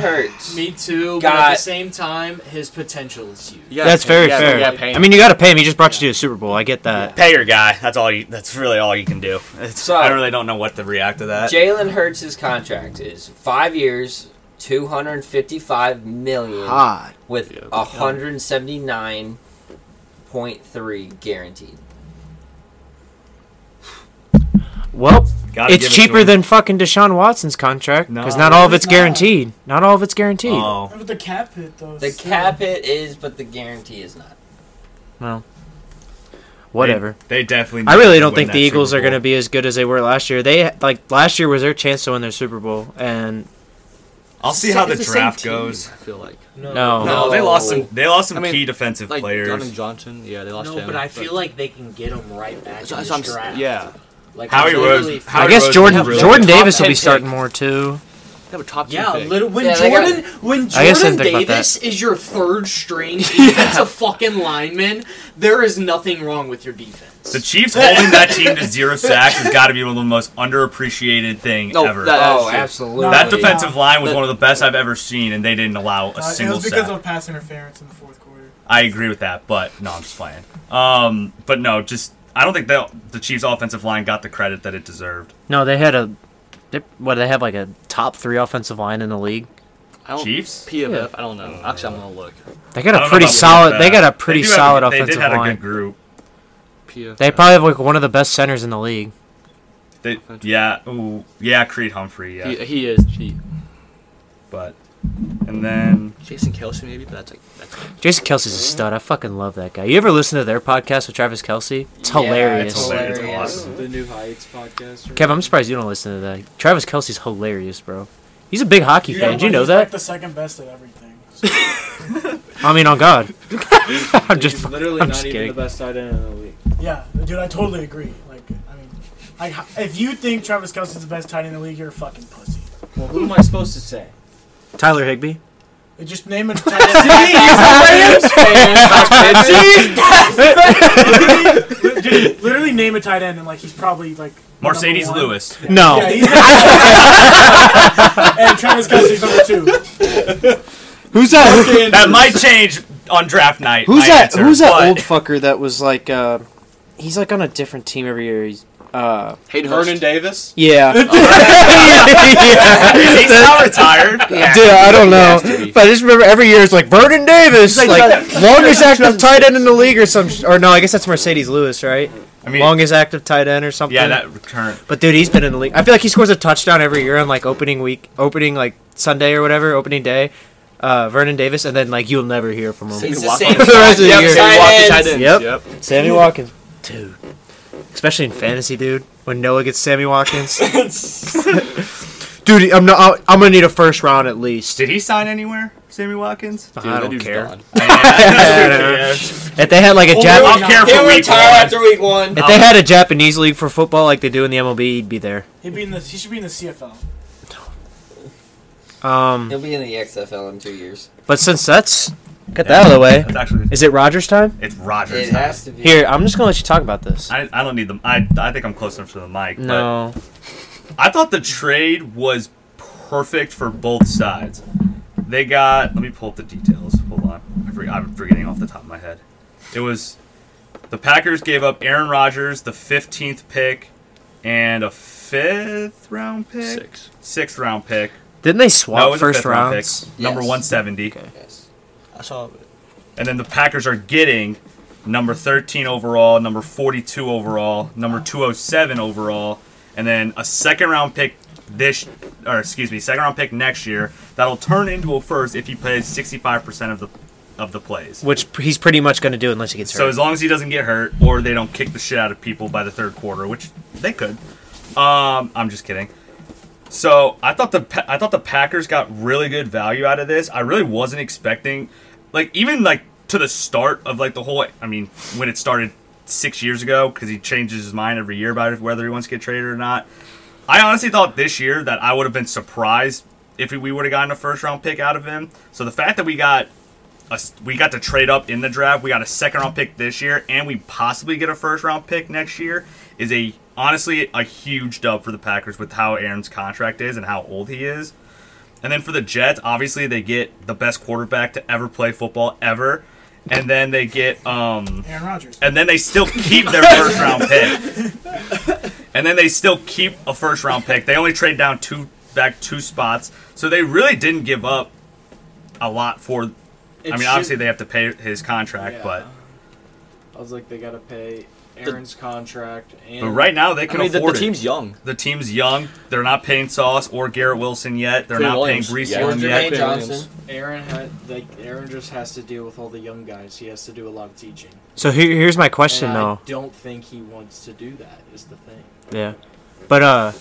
S5: Hurts.
S2: Me too, but at
S5: Got-
S2: the same time, his potential is huge.
S4: Yeah,
S1: That's very
S4: yeah,
S1: fair.
S4: Yeah, pay him.
S1: I mean, you got to pay him. He just brought you to the Super Bowl. I get that.
S3: Pay your guy. That's all. You, that's really all you can do. It's,
S5: So-
S3: I really don't know what to react to
S1: Uh,
S3: that.
S5: Jalen Hurts' contract is five years, two hundred fifty-five million,
S1: Hot.
S5: with
S4: Yeah.
S5: hundred seventy-nine 0.3 guaranteed.
S1: Well,
S3: Gotta
S1: it's
S3: give it to
S1: cheaper
S3: him.
S1: than fucking Deshaun Watson's contract because not
S3: No,
S1: all of
S6: it's
S1: it's
S6: not.
S1: guaranteed. Not all of it's guaranteed.
S3: Oh,
S6: But the cap hit though.
S5: The
S6: still.
S5: cap it is, but the guarantee is not.
S1: Whatever.
S3: They, they definitely.
S1: I really
S3: need to
S1: don't
S3: win
S1: think
S3: that
S1: the
S3: Super
S1: Eagles are
S3: Bowl.
S1: going to be as good as they were last year. They like last year was their chance to win their Super Bowl, and
S3: I'll see how the
S4: It's same
S3: draft
S4: team,
S3: goes.
S4: I feel like
S1: no,
S3: No, Oh, they lost some. They lost some
S4: I mean,
S3: key defensive
S4: like
S3: players.
S4: Don and Johnson. Yeah, they lost
S7: No,
S4: him.
S7: but I feel like they can get him right back
S4: So-
S7: in
S4: so I'm
S7: this
S4: s-
S7: draft.
S4: yeah.
S7: Like
S3: Howie
S7: I
S3: Rose-
S7: literally
S3: Howie
S7: think-
S1: I guess
S3: Rose
S1: Jordan
S4: didn't really
S1: Jordan
S4: good.
S1: Davis
S4: Top
S1: will be
S4: ten
S1: starting
S4: pick.
S1: more too.
S4: they have a top two
S7: Yeah,
S4: pick.
S7: little, when
S5: Yeah, they got-
S7: Jordan when
S1: I guess I
S7: Jordan
S1: didn't think about
S7: Davis is your third string defensive fucking lineman, there is nothing wrong with your defense.
S3: The Chiefs holding that team to zero sacks has got to be one of the most underappreciated thing
S4: No,
S3: ever.
S4: that-
S3: That,
S4: Oh,
S5: absolutely.
S6: That defense-
S3: defensive line was
S4: That-
S3: one of the best I've ever seen, and they didn't allow a
S6: Uh, it
S3: single
S6: was because
S3: sack.
S6: of pass interference in the fourth quarter.
S3: I agree with that, but no, I'm just playing. Um, but no, just I don't think that the Chiefs' offensive line got the credit that it deserved.
S1: No, they had a they, what they have like a top three offensive line in the league.
S4: I don't,
S3: Chiefs? Oh.
S4: PFF. I don't know. Actually, I'm gonna look.
S1: They got
S3: I
S1: a
S3: don't know
S1: pretty
S3: about
S1: solid.
S3: PFF.
S1: They got a pretty
S3: do have
S1: solid
S3: good-
S1: offensive
S3: They did have a
S1: line.
S3: good group.
S4: PFF.
S1: They probably have like one of the best centers in the league.
S3: They, yeah, ooh, yeah, Creed Humphrey, yeah,
S4: He, he is he,
S3: but and then
S4: Jason Kelsey maybe, but that's like that's like,
S1: Jason Kelsey's a stud. I fucking love that guy. You ever listen to their podcast with Travis Kelsey? It's
S5: Yeah,
S1: hilarious.
S3: It's hilarious.
S5: hilarious.
S3: Awesome.
S2: The New Heights podcast. or
S1: Kev, I'm surprised you don't listen to that. Travis Kelsey's hilarious, bro. He's a big hockey fan.
S6: but
S1: Did you know
S6: he's
S1: that?
S6: Like the second best at everything. So
S1: I mean, on God. I'm
S2: He's
S1: just.
S2: literally
S1: I'm
S2: not
S1: just
S2: even
S1: kidding.
S2: the best tight end in the league.
S6: yeah, dude, I totally agree. Like, I mean, like if you think Travis Kelsey's the best tight end in the league, you're a fucking pussy.
S2: Well, who am I supposed to say?
S1: Tyler Higby.
S6: Just name a tight end. Dude, literally name a tight end and like he's probably like number
S3: Mercedes
S6: one.
S3: Lewis.
S1: No.
S6: Yeah, he's and Travis Kelsey's number two.
S1: who's that?
S3: That might change on draft night.
S1: Who's
S3: my
S1: that?
S3: answer,
S1: who's that
S3: but-
S1: old fucker that was like? uh He's like on a different team every year. He's. Uh,
S4: Hayden
S2: Vernon
S4: Hurst.
S2: Davis.
S1: yeah. yeah.
S3: He's now retired.
S1: Dude, I don't know,
S4: has to be.
S1: but I just remember every year it's like Vernon Davis, like, longest active tight end in the league, or some, sh- or no, I guess that's Mercedes Lewis, right?
S3: I mean,
S1: longest active tight end or something.
S3: yeah, that current.
S1: But dude, he's been in the league. I feel like he scores a touchdown every year on like opening week, opening like Sunday or whatever, opening day. Uh, Vernon Davis, and then like you'll never hear from him.
S5: It's the
S4: Watkins.
S5: same.
S1: For the rest of the
S5: Yep,
S1: year.
S5: same
S4: Milwaukee
S5: tight
S4: tight
S5: ends.
S4: ends.
S1: Yep. Sammy Watkins, dude. Especially in fantasy, dude. When Noah gets Sammy Watkins, dude, I'm not. I'm gonna need a first round at least.
S3: Did he sign anywhere, Sammy Watkins?
S4: Dude,
S1: I
S4: that
S1: don't
S4: dude's
S1: care.
S4: gone.
S1: If they had like a Jap-
S3: I'll care
S5: He'll
S3: for week
S5: retire
S3: one.
S5: after week one.
S1: if they had a Japanese league for football like they do in the MLB, he'd be there.
S6: He'd be in the, he should be in the CFL.
S1: Um,
S5: He'll be in the XFL in two years.
S1: but since that's get that out of the way,
S3: It's actually
S1: is it Rogers time?
S3: it's Rogers.
S5: It has to be.
S1: Here, I'm just gonna let you talk about this.
S3: I, I don't need them. I I think I'm close enough to the mic.
S1: no,
S3: But I thought the trade was perfect for both sides. They got. Let me pull up the details. Hold on. I forget, I'm forgetting off the top of my head. It was the Packers gave up Aaron Rodgers, the 15th pick, and a fifth round pick,
S4: Six.
S3: sixth round pick.
S1: didn't they swap
S3: it was a
S1: first
S3: fifth round pick,
S1: rounds?
S3: number
S5: Yes.
S3: 170.
S5: Yes.
S4: I saw.
S3: And then the Packers are getting number 13 overall, number 42 overall, number 207 overall, and then a second round pick this or excuse me, second round pick next year that'll turn into a first if he plays 65% of the of the plays.
S1: Which p- he's pretty much gonna do unless he gets
S3: So
S1: hurt.
S3: as long as he doesn't get hurt or they don't kick the shit out of people by the third quarter, which they could. Um, I'm just kidding. So I thought the Pa- I thought the Packers got really good value out of this. I really wasn't expecting, like even like to the start of like the whole. I mean, when it started six years ago, because he changes his mind every year about it, whether he wants to get traded or not. I honestly thought this year that I would have been surprised if we would have gotten a first round pick out of him. So the fact that we got a, we got to trade up in the draft. We got a second round pick this year, and we possibly get a first round pick next year. Is a honestly a huge dub for the Packers with how Aaron's contract is and how old he is. And then for the Jets, obviously they get the best quarterback to ever play football ever, and then they get um
S6: Aaron Rodgers.
S3: and then they still keep their first round pick. And then they still keep a first round pick. They only trade down two back two spots, so they really didn't give up a lot for. I mean, obviously they have to pay his contract,
S2: Yeah.
S3: but
S2: I was like, they got to pay Aaron's contract. And
S3: But right now they
S4: I
S3: can
S4: mean, the, the
S3: afford
S4: team's
S3: it.
S4: young.
S3: The team's young. They're not paying Sauce or Garrett Wilson yet. They're
S4: Clay
S3: not
S4: Williams.
S3: paying Grease
S4: Yeah.
S5: Or
S3: Young yet.
S5: Jermaine
S2: Jack
S5: Johnson.
S2: Aaron had like Aaron just has to deal with all the young guys. He has to do a lot of teaching.
S1: So here, here's my question
S2: and
S1: though.
S2: I don't think he wants to do that. Is the thing.
S1: Yeah, but uh,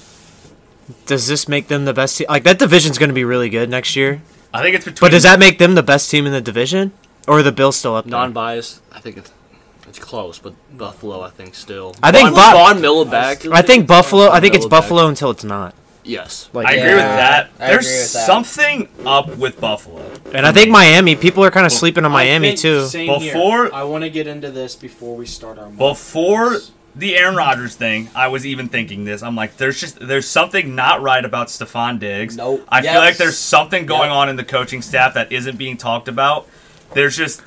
S1: does this make them the best team? Like that division's going to be really good next year.
S3: I think it's between.
S1: But does that make them the best team in the division, or are the Bills still up? there?
S4: Non-biased. I think it's it's close, but Buffalo. I think still.
S1: I think
S4: Vaughn,
S1: Buff-
S4: Vaughn Miller back.
S1: I think Buffalo. I think it's
S4: Middle back.
S1: Buffalo until it's not.
S4: Yes.
S1: Like,
S3: I agree with
S5: Yeah,
S3: that.
S5: I
S3: There's
S5: agree with that.
S3: something up with Buffalo.
S1: and I think Miami. People are kind of sleeping on
S2: I
S1: Miami
S2: think
S1: too.
S2: Same
S3: Before-
S2: here. I want to get into this before we start our. mock
S3: Before
S2: drafts.
S3: the Aaron Rodgers thing, I was even thinking this. I'm like, there's just there's something not right about Stephon Diggs.
S5: Nope.
S3: I
S5: Yes.
S3: feel like there's something going
S5: Yep.
S3: on in the coaching staff that isn't being talked about. There's just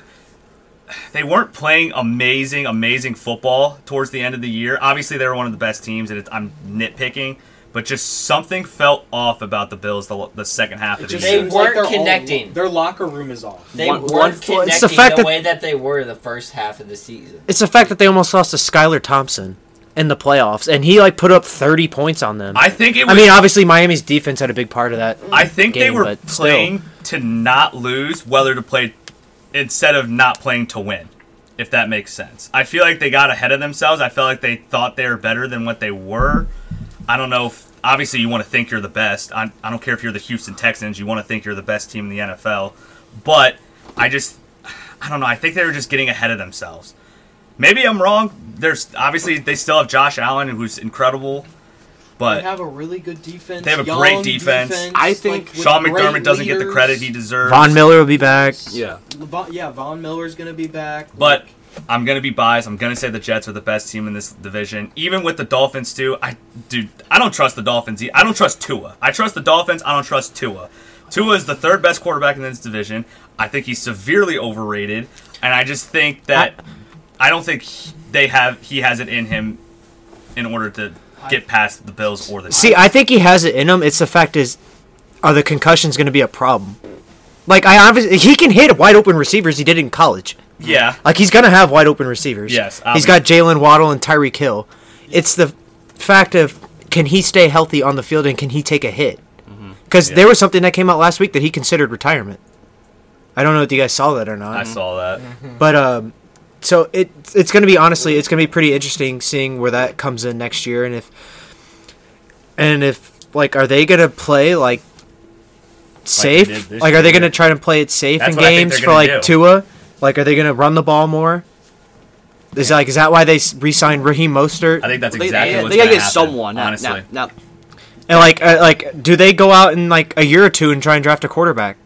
S3: they weren't playing amazing, amazing football towards the end of the year. Obviously, they were one of the best teams, and it's, I'm nitpicking, but just something felt off about the Bills the, the second half of
S2: It
S3: the
S2: just
S5: They
S3: year.
S2: seems like
S5: weren't
S2: their whole-
S5: connecting.
S2: their locker room is off.
S5: They
S4: One-
S5: weren't
S4: one
S5: connecting
S4: foot-
S1: it's the fact
S5: the
S1: that-
S5: way that they were the first half of the season.
S1: It's the fact that they almost lost to Skylar Thompson in the playoffs, and he like put up 30 points on them. I,
S3: I think it was
S1: mean, obviously Miami's defense had a big part of that.
S3: I think they
S1: game,
S3: were
S1: but still.
S3: playing to not lose, whether to play instead of not playing to win, if that makes sense. I feel like they got ahead of themselves. I felt like they thought they were better than what they were. I don't know. If, obviously, you want to think you're the best. I, I don't care if you're the Houston Texans. You want to think you're the best team in the NFL. But I just, I don't know. I think they were just getting ahead of themselves. Maybe I'm wrong. There's obviously they still have Josh Allen, who's incredible.
S2: They
S3: But
S2: have a really good defense.
S3: They have a
S2: young
S3: great defense.
S4: I think
S2: like, with
S3: Sean
S2: great
S3: McDermott doesn't get the
S2: leaders.
S3: credit he deserves.
S1: Von Miller will be back.
S4: Yeah.
S2: Levon- yeah, Von Miller's gonna be back.
S3: But
S2: like,
S3: I'm gonna be biased. I'm gonna say the Jets are the best team in this division, even with the Dolphins too. I dude, I don't trust the Dolphins. e- I don't trust Tua. I trust the Dolphins. I don't trust Tua. Tua is the third best quarterback in this division. I think he's severely overrated, and I just think that I, don't think he- they have he has it in him in order to get past the Bills or the.
S1: See, I think he has it in him. It's the fact is, are the concussions going to be a problem? Like I obviously he can hit wide open receivers. He did in college.
S3: yeah,
S1: Like he's gonna have wide open receivers.
S3: Yes,
S1: he's got Jalen Waddle and Tyreek Hill. It's the fact of can he stay healthy on the field and can he take a hit? Because
S3: Mm-hmm. Yeah.
S1: there was something that came out last week that he considered retirement. I don't know if you guys saw that or not,
S3: I saw that.
S1: but um, so it it's gonna be honestly it's gonna be pretty interesting seeing where that comes in next year and if and if like are they gonna play like
S3: did
S1: safe
S3: this
S1: like, are they
S3: year.
S1: gonna try and play it safe
S3: That's
S1: in
S3: what I think
S1: games
S3: they're
S1: for like
S3: gonna do.
S1: Tua like are they gonna run the ball more is like is that why they s- re-signed Raheem Mostert
S3: I think that's
S4: They,
S3: exactly
S4: they,
S3: what's
S4: they gotta
S3: gonna
S4: get
S3: happen,
S4: someone. Now,
S3: Honestly,
S4: now, now,
S1: and like uh, like do they go out in like a year or two and try and draft a quarterback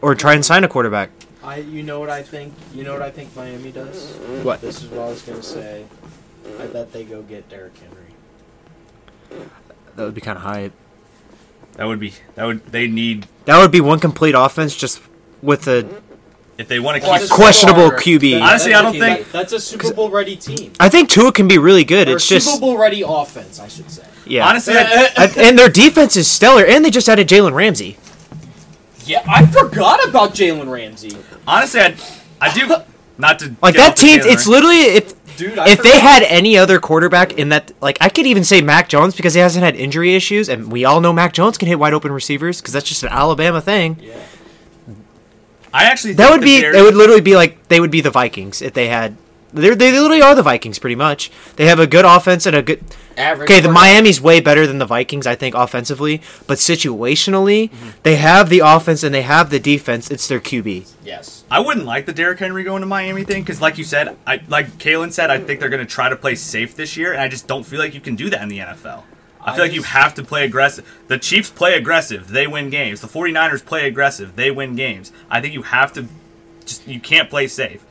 S1: or try and sign a quarterback
S2: I, you know what I think? You know what I think Miami does?
S1: What?
S2: This is what I was gonna say. I bet they go get Derrick Henry.
S1: that would be kind of hype
S3: that would be that would they need
S1: that would be one complete offense just with a
S3: if they want to
S5: Well,
S3: keep
S5: Just
S1: questionable
S5: score.
S1: QB.
S3: Honestly, I
S2: That's
S3: don't
S2: a-
S3: think-
S2: that's a Super Bowl ready team.
S1: I think Tua can be really good.
S2: Or
S1: It's just
S2: Super Bowl ready offense, I should say.
S1: yeah.
S3: honestly. I-
S1: I- and their defense is stellar, and they just added Jalen Ramsey.
S2: Yeah, I forgot about Jalen Ramsey,
S3: Honestly, I, I do not to
S1: Like
S3: get
S1: that
S3: off the
S1: team,
S3: Taylor.
S1: it's literally if
S2: dude. I
S1: if they had any other quarterback in that, like I could even say Mac Jones because he hasn't had injury issues, and we all know Mac Jones can hit wide open receivers because that's just an Alabama thing.
S2: Yeah.
S3: I actually
S1: That
S3: think
S1: would
S3: the
S1: be
S3: Bears-
S1: it. Would literally be like they would be the Vikings if they had. They're, they literally are the Vikings pretty much. They have a good offense and a good.
S5: Average.
S1: Okay, the
S5: quarterback.
S1: Miami's way better than the Vikings, I think, offensively, but situationally,
S2: Mm-hmm.
S1: they have the offense and they have the defense. It's their QB.
S5: Yes.
S3: I wouldn't like the Derrick Henry going to Miami thing because, like you said, I like Kalen said, I think they're going to try to play safe this year, and I just don't feel like you can do that in the NFL. I feel
S2: I
S3: like you
S2: just-
S3: have to play aggressive. The Chiefs play aggressive; they win games. The 49ers play aggressive; they win games. I think you have to just you can't play safe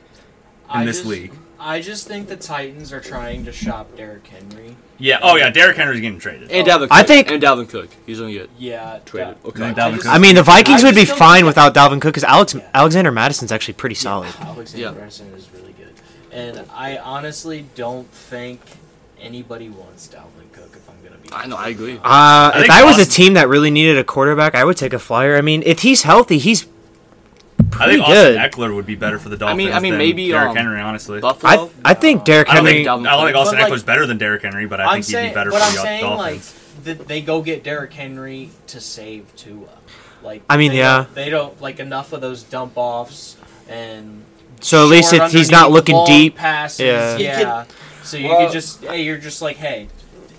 S3: in
S2: I
S3: this
S2: just-
S3: league.
S2: I just think the Titans are trying to shop Derrick Henry.
S3: Yeah. Oh yeah, Derrick Henry's getting traded.
S4: and Dalvin. Cook.
S1: I think-
S4: and Dalvin Cook. He's gonna get
S2: Yeah,
S4: traded.
S2: Da-
S4: Okay.
S3: Dalvin
S2: I just-
S3: Cook.
S1: I mean, the Vikings
S2: I
S1: would be
S2: just don't
S1: fine
S2: think-
S1: without Dalvin Cook because Alex
S2: Yeah.
S1: Alexander Madison's actually pretty solid.
S2: Yeah, Alexander
S4: Yeah.
S2: Madison is really good. And I honestly don't think anybody wants Dalvin Cook if I'm gonna be
S4: I know. I agree.
S1: Uh, if
S3: think
S1: I was a
S3: Boston-
S1: team that really needed a quarterback, I would take a flyer. I mean, if he's healthy, he's
S3: I
S1: pretty
S3: think Austin
S1: good.
S3: Eckler would be better for the Dolphins.
S4: I mean- I mean,
S3: than
S4: maybe,
S3: Derrick
S4: um,
S3: Henry, honestly.
S4: Buffalo.
S1: I, I think
S2: uh,
S1: Derrick
S3: I don't
S1: Henry.
S3: think, I don't think Austin
S2: But, like,
S3: Eckler's better than Derrick Henry, but I
S2: I'm
S3: think he'd
S2: saying,
S3: be better for
S2: but
S3: the
S2: I'm saying
S3: Dolphins.
S2: like that they go get Derrick Henry to save Tua. Like
S1: I mean,
S2: they
S1: yeah.
S2: don't- they don't like enough of those dump offs and
S1: so at least
S2: short
S1: it's, he's
S2: underneath
S1: not looking
S2: long
S1: deep.
S2: Passes,
S1: Yeah.
S2: yeah.
S1: You
S2: so you
S5: Well-
S2: could just hey, you're just like hey,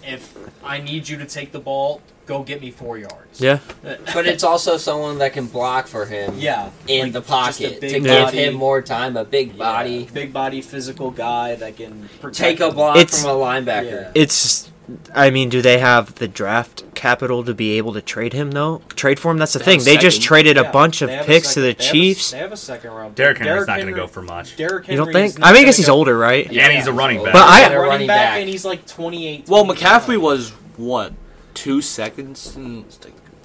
S2: if I need you to take the ball, go get me four yards.
S1: Yeah.
S5: But it's also someone that can block for him
S2: yeah, like,
S5: in the
S2: just a
S5: pocket to
S2: big
S5: give
S2: body-
S5: him more time. A big
S2: yeah,
S5: body
S2: big body, physical guy that can protect
S5: take a
S2: them.
S5: block
S1: It's-
S5: from a linebacker.
S1: It's. I mean, do they have the draft capital to be able to trade him though? Trade for him? That's the
S4: They
S1: thing.
S4: have
S1: They just
S4: second.
S1: traded
S2: Yeah,
S1: a bunch of
S2: they have a
S1: picks
S2: second-
S1: to the
S2: they have a-
S1: Chiefs.
S2: they have a second round. pick.
S3: Derrick Henry's not going to
S2: Henry-
S3: go for much.
S2: Derrick
S1: you don't
S2: Henry is
S1: think?
S2: not
S1: I mean, I guess
S2: gonna
S1: he's
S2: go-
S1: older, right?
S3: Yeah, and he's a running back.
S1: But I-
S2: He's a running,
S5: Running
S2: back,
S5: back.
S2: and he's like 28.
S4: Well, McCaffrey was what two seconds. Mm, And,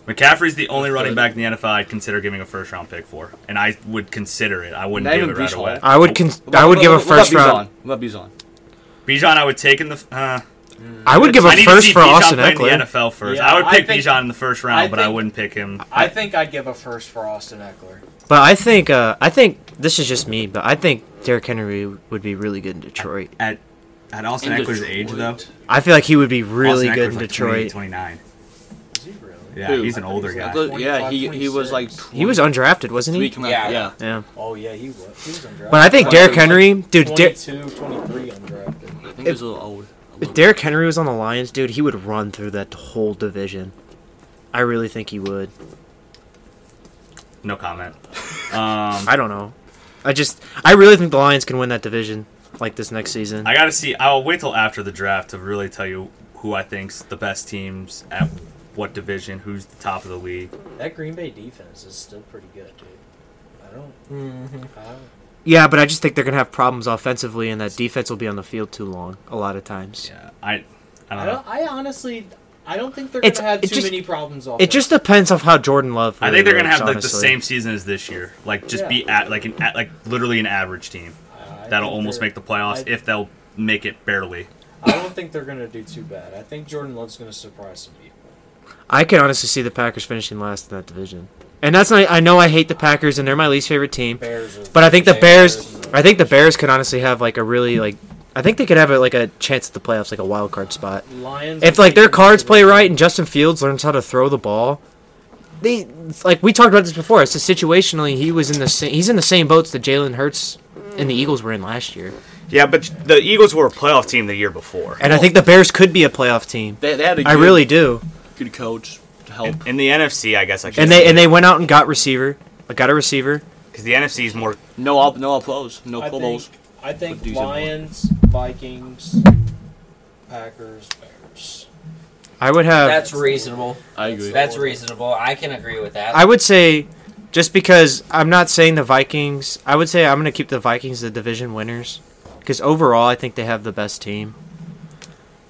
S3: McCaffrey's the only running back in the NFL I'd consider giving a first round pick for, and I would consider it. I wouldn't
S4: Not
S3: give
S4: even
S3: it right
S4: Brees
S3: away.
S4: Hall.
S1: I would con- I would give a first round.
S4: What about Bijan?
S3: Bijan, I would take in the. f- Uh,
S1: I would give a
S3: I need to
S1: first
S3: see
S1: for
S3: Bijan
S1: Austin
S3: play in
S1: Eckler.
S3: the NFL first.
S2: Yeah,
S3: I would
S2: I
S3: pick
S2: think-
S3: Bijan in the first round,
S2: I
S3: but I
S2: think-
S3: wouldn't pick him.
S2: I think I'd give a first for Austin Eckler.
S1: But I think uh, I think this is just me, but I think Derrick Henry would be really good in Detroit.
S3: at at Austin
S4: In
S3: Eckler's age though.
S4: Detroit?
S1: I feel like he would be really
S3: Austin
S1: good
S3: Eckler's
S1: in
S3: like 28,
S1: Detroit.
S3: 29.
S2: Is he really?
S3: Yeah,
S4: Who?
S3: he's an
S2: I thought
S3: older
S2: he was
S3: guy.
S2: like-
S4: Look, uh, yeah, he he was like
S2: 25,
S1: He was undrafted, wasn't
S4: three
S1: he?
S4: coming
S5: Yeah.
S4: out. Yeah,
S1: Yeah.
S2: Oh yeah, he was. He was undrafted.
S1: But I think
S4: Right.
S1: Derrick Henry, dude, Der-
S2: 22, 23 undrafted.
S4: I think he was a little old. A
S1: if
S4: little-
S1: Derrick Henry was on the Lions, dude, he would run through that whole division. I really think he would.
S3: No comment. Um,
S1: I don't know. I just, I really think the Lions can win that division like this next season.
S3: I gotta see. I'll wait till after the draft to really tell you who I think's the best teams at what division, who's the top of the league.
S2: That Green Bay defense is still pretty good, dude. I don't. I don't
S1: yeah, but I just think they're gonna have problems offensively, and that defense will be on the field too long a lot of times.
S3: Yeah, I, I
S2: I,
S3: don't know.
S2: don't, I honestly, I don't think they're
S1: It's-
S2: gonna have
S1: it
S2: too
S1: just-
S2: many problems. Off
S1: It just depends on how Jordan Love.
S3: I
S1: really
S3: think they're gonna
S1: works,
S3: have like the
S1: honestly.
S3: same season as this year. Like just be at like an at, like literally an average team that'll almost make the playoffs
S2: I-
S3: if they'll make it barely.
S2: I don't think they're gonna do too bad. I think Jordan Love's gonna surprise some people.
S1: I can honestly see the Packers finishing last in that division, and that's not. I know I hate the Packers, and they're my least favorite team.
S2: Bears. Are,
S1: But I think the Bears,
S2: are-
S1: I think the Bears could honestly have like a really like, I think they could have a, like a chance at the playoffs, like a wild card spot.
S2: Lions.
S1: If like their cards play right and Justin Fields learns how to throw the ball, they it's like we talked about this before. It's just situationally he was in the same, he's in the same boats that Jalen Hurts and the Eagles were in last year,
S8: Yeah, but the Eagles were a playoff team the year before.
S1: and I think the Bears could be a playoff team.
S4: They, they had a good,
S1: I really do,
S4: good coach to help.
S8: In the NFC, I guess I should.
S1: and they and they went out and got receiver, like, got a receiver.
S8: because the NFC is more.
S4: No all no all pros, no
S2: I
S4: Pro
S2: think,
S4: Bowls.
S2: I think
S4: But decent one.
S2: Lions, Vikings, Packers, Bears.
S1: I would have.
S5: That's reasonable.
S4: I agree.
S5: That's reasonable. I can agree with that.
S1: I would say, just because I'm not saying the Vikings, I would say I'm going to keep the Vikings the division winners because overall I think they have the best team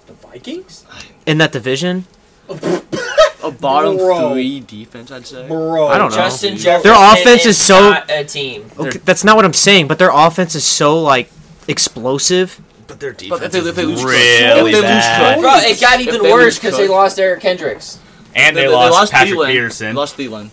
S2: The Vikings,
S1: in that division.
S4: A bottom
S2: Bro.
S4: three defense, I'd say.
S2: bro.
S1: I don't know.
S5: Justin
S4: Their
S5: Jefferson.
S1: offense is so-
S5: not a team.
S1: Okay, that's not what I'm saying, but their offense is so like explosive.
S8: But their defense
S4: But if they, if they lose,
S3: really
S4: if they
S3: bad.
S4: lose
S5: Bro, it got
S4: If
S5: even
S4: they
S5: worse
S4: lose
S5: because they
S4: Cook-
S5: lost Eric Hendricks.
S3: And they, lost, Patrick
S4: Thielen. They
S3: Peterson.
S4: lost Thielen.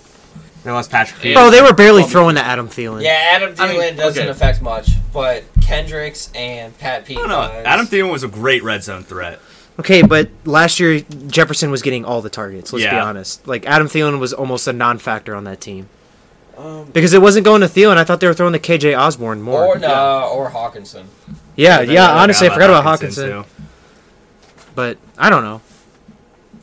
S3: they lost Patrick Peterson.
S1: Bro, they were barely throwing to Adam Thielen.
S5: Yeah, Adam Thielen
S4: I mean,
S5: doesn't
S4: okay.
S5: affect much, but Kendricks and Pat Pete.
S3: I don't know. Adam Thielen was a great red zone threat.
S1: Okay, but last year Jefferson was getting all the targets. Let's be
S3: Yeah.
S1: honest. Like Adam Thielen was almost a non-factor on that team
S2: Um,
S1: because it wasn't going to Thielen. I thought they were throwing to KJ Osborne more.
S5: or no, or Hawkinson.
S1: Uh, yeah, yeah. Honestly, I forgot about
S3: Hawkinson,
S1: Hawkinson.
S3: too.
S1: but I don't know.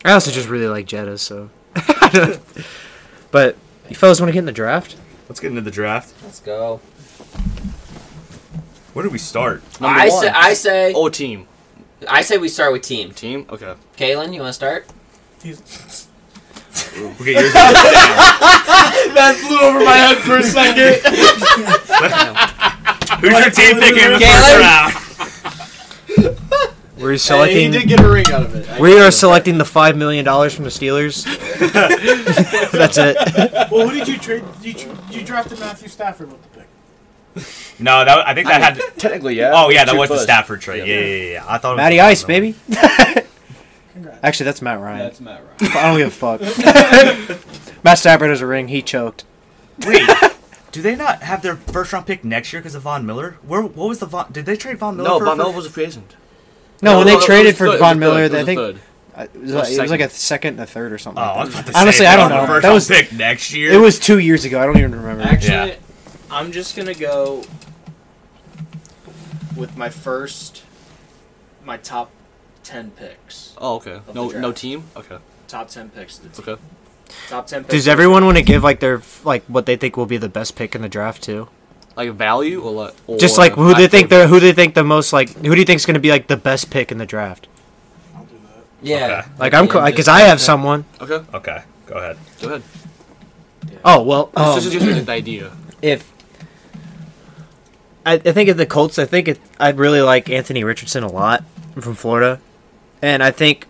S1: I also just really like Jetta, so. but you fellas want to get in the draft?
S3: Let's get into the draft.
S5: Let's go.
S3: Where do we start?
S4: Number
S5: I
S4: one.
S5: say, I say,
S4: Oh, team.
S5: I say we start with team.
S4: Team. Okay.
S5: Kalen, you want to start?
S9: He's-
S3: We'll get yours. Who's
S2: that flew over my head for a second.
S3: your team picking in the first
S5: Galen?
S3: round?
S1: We're
S2: Hey, he
S1: selecting.
S2: did get a ring out of it. I
S1: we are selecting the five million dollars from the Steelers. That's it.
S9: well, who did you trade? You, tr- you drafted Matthew Stafford with the pick.
S3: No, that, I think that had.
S4: Technically, yeah.
S3: Oh yeah, that
S4: Two
S3: was the
S4: first.
S3: Stafford trade. Yeah, yeah, yeah. yeah. I thought. it was
S1: Matty
S3: the
S1: Ice,
S3: Stafford
S1: baby.
S9: Congrats.
S1: Actually, that's Matt Ryan.
S2: That's Matt Ryan.
S1: I don't give a fuck. Matt Stafford has a ring. He choked.
S3: one. Wait, Do they not have their first round pick next year because of Von Miller? Where what was the Von? Did they trade Von Miller?
S4: No,
S3: for
S4: Von
S3: for-
S4: Miller was a free agent.
S1: No, when they
S2: it was
S1: traded
S2: a
S1: for
S2: third- it was a
S1: Von
S2: third,
S1: Miller,
S2: it was
S1: I
S2: a
S1: think
S2: third.
S1: uh, it was, like, it was
S4: second.
S1: like a second, and a third, or something.
S3: Oh, I
S1: like
S3: was
S1: that.
S3: about to say,
S1: Honestly,
S3: they
S1: I don't
S3: have their
S1: know.
S3: First
S1: That
S3: round
S1: was
S3: pick next year.
S1: it was two years ago. I don't even remember.
S2: Actually,
S3: Yeah.
S2: I'm just gonna go with my first, my top ten picks,
S4: Oh, okay.
S2: Of
S4: No,
S2: the draft.
S4: no team. Okay,
S2: top ten picks of the team.
S4: okay.
S2: Top ten. Picks
S1: Does everyone want to give like their like what they think will be the best pick in the draft too?
S4: Like value or like or
S1: Just like who they
S4: active?
S1: think the who they think the most like who do you think is going to be like the best pick in the draft?
S6: I'll do that.
S5: Yeah.
S3: Okay.
S1: Like I'm
S5: Yeah, just-
S1: because I have someone.
S4: Okay,
S3: Okay, go ahead.
S4: go ahead.
S1: Oh well, um,
S4: this is just an idea.
S1: if I, I think of the Colts, I think it, I'd really like Anthony Richardson a lot. I'm from Florida, and I think,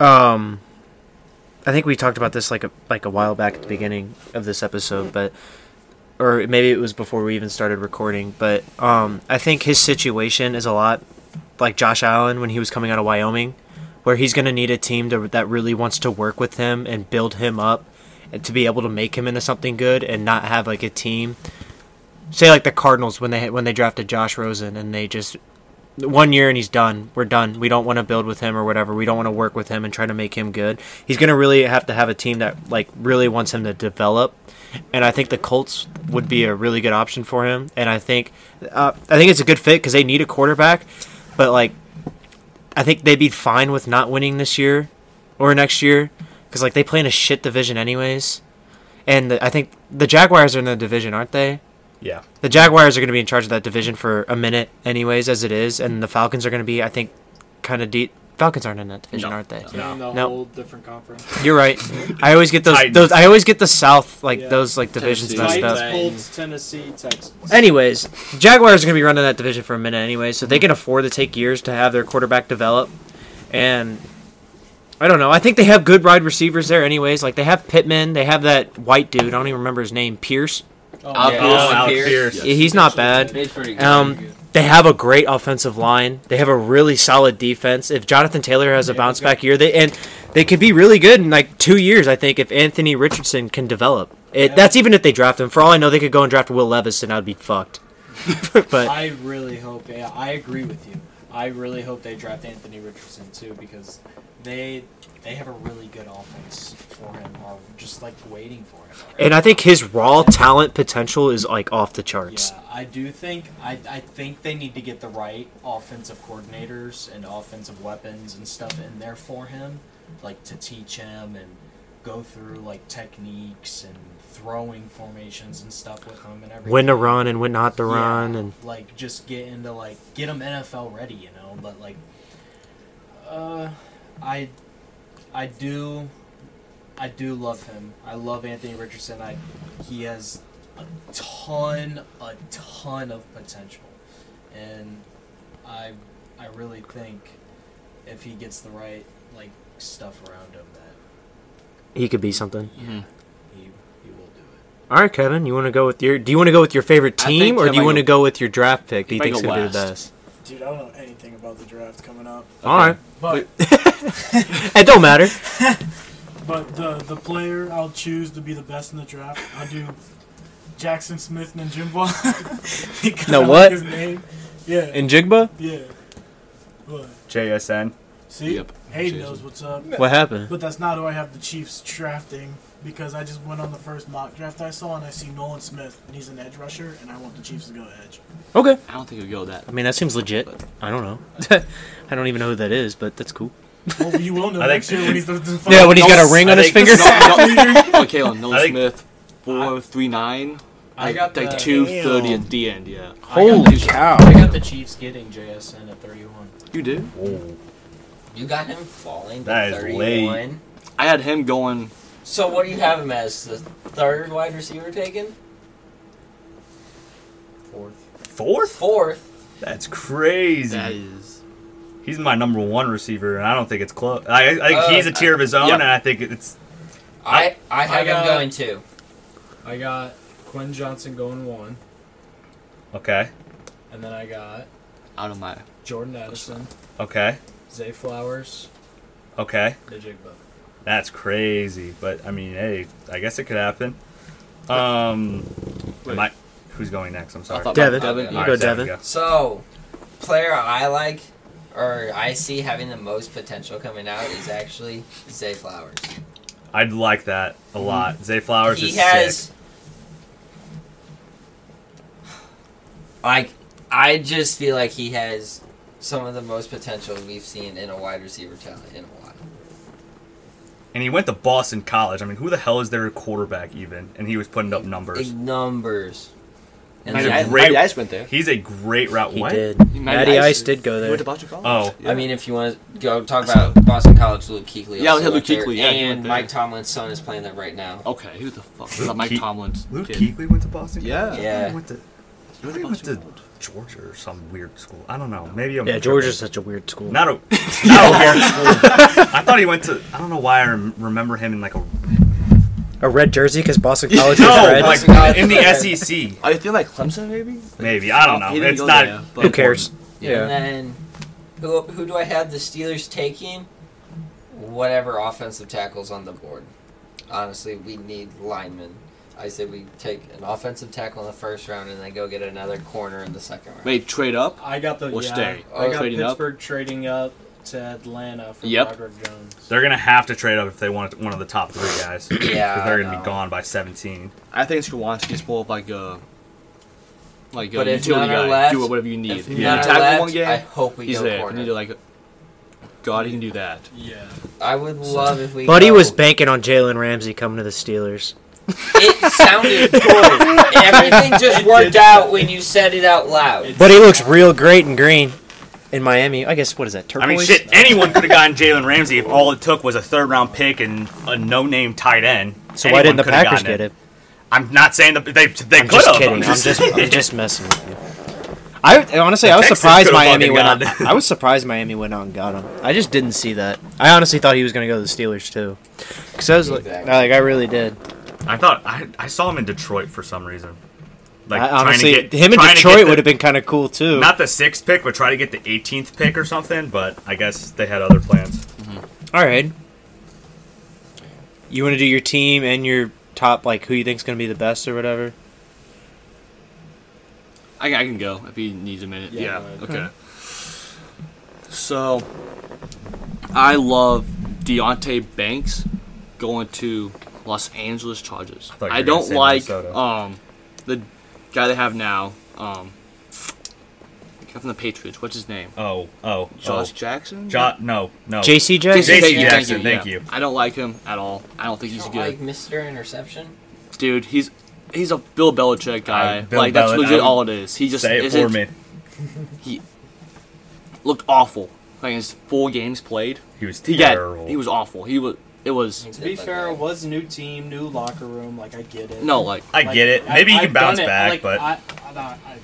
S1: um, I think we talked about this like a like a while back at the beginning of this episode, but or maybe it was before we even started recording. But um, I think his situation is a lot like Josh Allen when he was coming out of Wyoming, where he's going to need a team to, that really wants to work with him and build him up and to be able to make him into something good and not have like a team say like the Cardinals when they when they drafted Josh Rosen and they just one year and he's done. We're done. We don't want to build with him or whatever. We don't want to work with him and try to make him good. He's going to really have to have a team that like really wants him to develop. And I think the Colts would be a really good option for him. And I think uh, I think it's a good fit cuz they need a quarterback, but like I think they'd be fine with not winning this year or next year because like they play in a shit division anyways, and the, I think the Jaguars are in the division, aren't they?
S3: Yeah.
S1: The Jaguars are going to be in charge of that division for a minute anyways, as it is, and the Falcons are going to be, I think, kind of deep. Falcons aren't in that division, aren't they?
S6: They're in the
S1: No.
S6: whole different conference.
S1: You're right. I always get those.
S3: Titans.
S1: Those I always get the South like
S6: Yeah.
S1: those like divisions
S10: Tennessee.
S1: messed
S6: Titans,
S1: up.
S6: Colts, Tennessee, Texans.
S1: Anyways, Jaguars are going to be running that division for a minute anyway, so
S6: Mm-hmm.
S1: they can afford to take years to have their quarterback develop. And I don't know. I think they have good wide receivers there anyways. Like they have Pittman, they have that white dude. I don't even remember his name. Pierce.
S5: Al
S3: Oh,
S5: Pierce.
S3: Alec
S5: Pierce.
S3: Pierce.
S1: Yeah, he's not bad.
S5: He's pretty good.
S1: Um, they have a great offensive line. They have a really solid defense. If Jonathan Taylor has a
S6: Yeah,
S1: bounce
S6: he's got-
S1: back year, they and they could be really good in like two years. I think if Anthony Richardson can develop, it,
S6: Yeah.
S1: that's even if they draft him. For all I know, they could go and draft Will Levis, and I'd be fucked. but
S6: I really hope. Yeah, I agree with you. I really hope they draft Anthony Richardson too because they they have a really good offense for him. Are just like waiting for him.
S1: And I think his raw talent potential is like off the charts.
S6: Yeah, I do think I, I think they need to get the right offensive coordinators and offensive weapons and stuff in there for him, like to teach him and go through like techniques and throwing formations and stuff with him and everything.
S1: When to run and when not to
S6: Yeah,
S1: run, and
S6: like just get into like get him NFL ready, you know. But like, uh, I I do I do love him. I love Anthony Richardson. I he has a ton, a ton of potential, and I I really think if he gets the right like stuff around him, that
S1: he could be something.
S6: he he will do it.
S1: All right, Kevin, you want to go with your? Do you want to go with your favorite
S4: I think
S1: team, or
S4: Tim
S1: do you
S4: might
S1: want to
S4: go-
S1: go with your draft pick? Do you
S4: might
S1: think is
S4: go
S1: going to be the
S4: last.
S1: best?
S6: Dude, I don't know anything about the draft coming up,
S1: All right,
S6: but
S1: it don't matter.
S6: But the the player I'll choose to be the best in the draft, I do Jackson Smith Njimba. because
S1: No,
S6: I like
S1: what?
S6: his name. Yeah.
S1: And Jigba,
S6: yeah. What?
S3: JSN.
S6: See?
S4: Yep.
S6: Hayden
S4: Jason.
S6: knows what's up.
S1: what happened?
S6: But that's not who I have the Chiefs drafting because I just went on the first mock draft I saw and I see Nolan Smith and he's an edge rusher and I want the Chiefs to go edge.
S1: Okay,
S4: I don't think it'll go that.
S1: I mean that seems legit. I don't know. I don't even know who that is, but that's cool.
S6: Well, you will know
S3: I think-
S6: next year when he's the, the
S1: Yeah, when he's got a
S3: I
S1: ring on his
S3: think-
S1: finger.
S4: no, okay, on
S3: I
S4: Nolan
S3: think-
S4: Smith, four three nine.
S2: I got the,
S4: like two thirty at the end. Yeah,
S1: Holy cow!
S2: I got the Chiefs getting JSN at 31.
S4: you did.
S5: you got him falling to
S3: That is
S5: 31.
S4: I had him going.
S5: So what do you have him as? The third wide receiver taken?
S2: Fourth.
S3: Fourth?
S5: Fourth?
S3: That's crazy.
S4: That is.
S3: he's my number one receiver, and I don't think it's close. I, I think
S5: Uh,
S3: he's a tier of his own,
S4: yeah.
S3: and I think it's
S5: I, I have him
S2: got-
S5: going two.
S2: I got Quinn Johnson going one,
S3: okay.
S2: and then I got
S4: Out of my.
S2: Jordan Addison,
S3: Okay.
S2: Zay Flowers,
S3: Okay.
S2: Najigba.
S3: That's crazy, but I mean, hey, I guess it could happen. Um, Am I- who's going next? I'm sorry.
S5: thought-
S1: Devin,
S5: Devin,
S1: you
S5: you
S3: All right,
S1: go,
S3: Devin,
S1: Devin.
S3: go.
S5: So, player I like or I see having the most potential coming out is actually Zay Flowers.
S3: I'd like that a lot. Zay Flowers
S5: he
S3: is
S5: has
S3: sick.
S5: like I just feel like he has some of the most potential we've seen in a wide receiver talent in a while.
S3: And he went to Boston College. I mean, who the hell is their quarterback even? And he was putting up numbers.
S5: Big numbers. And
S3: He's a
S5: I,
S3: great-
S4: Matty Ice went there.
S3: He's a great route.
S1: He
S3: what?
S1: did.
S4: Matty
S1: Matty
S4: Ice-
S1: Ice did go
S4: He
S1: there.
S4: went to Boston College.
S3: Oh.
S5: I mean, if you want to go talk about Boston College, Luke Kuechly.
S4: Yeah,
S5: also
S4: yeah, Luke
S5: went there,
S4: Kuechly, yeah, he went
S5: and
S4: there.
S5: Mike Tomlin's son is playing there right now.
S4: Okay, who the fuck?
S3: Luke
S4: Mike
S3: Kuechly-
S4: Tomlin's
S3: Luke
S4: kid.
S3: Kuechly went to Boston.
S4: Yeah.
S3: College?
S5: Yeah.
S3: He went to,
S4: He went
S3: he
S4: to
S3: went to
S4: Boston College.
S3: Georgia or some weird school. I don't know. Maybe I'm
S1: Yeah, Georgia's such a weird school.
S3: Not a, not a weird school. I thought he went to. I don't know why I rem- remember him in like a
S1: a red jersey because Boston College is
S3: no,
S1: red.
S5: Boston
S3: like
S5: College.
S3: in the SEC.
S4: I feel like Clemson, maybe.
S3: Maybe I don't know.
S4: He didn't
S3: It's
S4: go
S3: not.
S4: there, but-
S1: Who cares?
S5: And then, who who do I have the Steelers taking? Whatever offensive tackles on the board. Honestly, we need linemen. I say we take an offensive tackle in the first round and then go get another corner in the second round.
S4: Wait, trade up.
S2: I got the
S4: Or
S2: yeah,
S4: stay.
S2: I
S5: Or
S2: got
S4: trading up.
S2: Pittsburgh Oh, trading up to Atlanta for
S4: Yep.
S2: Roderick Jones.
S3: They're gonna have to trade up if they want one of the top three guys.
S5: Yeah,
S3: 'Cause they're
S5: I
S3: gonna be
S5: know.
S3: gone by 17.
S4: I think Skawanski's more of like a like a
S5: But if
S4: utility
S5: none are
S4: guy.
S5: left-
S4: Do whatever you need.
S5: If
S4: If you
S5: none
S4: need
S5: are
S4: to tackle
S5: left,
S4: one game,
S5: I hope we
S4: he's
S5: go
S4: there. If
S5: corner.
S4: you need to like, God, he can do that.
S2: Yeah.
S5: I would love if we.
S1: Buddy
S5: go-
S1: was banking on Jalen Ramsey coming to the Steelers.
S5: It sounded good. Everything just worked out when you said it out loud.
S1: But he looks real great in green in Miami. I guess what is that?
S11: I
S1: Turquoise.
S11: mean, shit, anyone could have gotten Jalen Ramsey if all it took was a third round pick and a no name tight end.
S1: So why didn't
S11: Anyone
S1: the
S11: coulda
S1: Packers
S11: gotten
S1: get it?
S11: I'm not saying that they they
S1: I'm
S11: could
S1: just
S11: have.
S1: kidding. I'm just, I'm just messing with you. I honestly,
S11: The
S1: I was
S11: Texans
S1: surprised
S11: coulda
S1: Miami
S11: fucking
S1: went.
S11: got
S1: Out,
S11: it.
S1: I was surprised Miami went out and got him. I just didn't see that. I honestly thought he was going to go to the Steelers too, because I was like,
S5: Exactly.
S1: like, I really did.
S3: I thought I, I saw him in Detroit for some reason. Like
S1: I,
S3: trying to
S1: honestly,
S3: get-
S1: him in
S3: trying to get
S1: Detroit
S3: the-
S1: would have been kind of cool too.
S3: not the sixth pick, but try to get the 18th pick or something. But I guess they had other plans.
S1: All right. You want to do your team and your top, like who you think's going to be the best or whatever.
S4: I, I can go if he needs a minute.
S2: Yeah,
S4: Yeah.
S2: go ahead.
S4: okay. So, I love Deontay Banks going to Los Angeles Chargers.
S3: thought you were
S4: I,
S3: gonna
S4: don't
S3: say
S4: like
S3: Minnesota.
S4: um the guy they have now. Um, the guy from the Patriots. What's his name?
S3: Oh, oh,
S4: Josh
S3: oh.
S4: Jackson.
S3: Jo- no,
S4: Oh.
S3: no.
S1: JC Jackson.
S3: Jackson.
S4: Jackson,
S3: Jackson, thank
S4: yeah.
S3: you.
S4: I don't like him at all. I don't think
S5: You
S4: he's
S5: don't
S4: good,
S5: like Mr. Interception?
S4: dude. He's he's a Bill Belichick guy.
S3: Uh, Bill
S4: like that's
S3: Belichick-
S4: legit
S3: I
S4: all it is. He just
S3: Say it
S4: isn't-
S3: for me.
S4: looked awful. Like his four games played.
S3: He was
S4: He got
S3: terrible.
S4: he was awful. He was it was
S2: To be fair, it was new team, new locker room. Like I get it.
S4: no like
S3: I
S2: Like,
S3: get it.
S2: I-
S3: Maybe he
S2: I've
S3: can bounce
S2: done it.
S3: back,
S2: Like,
S3: but
S2: I, I, I, I-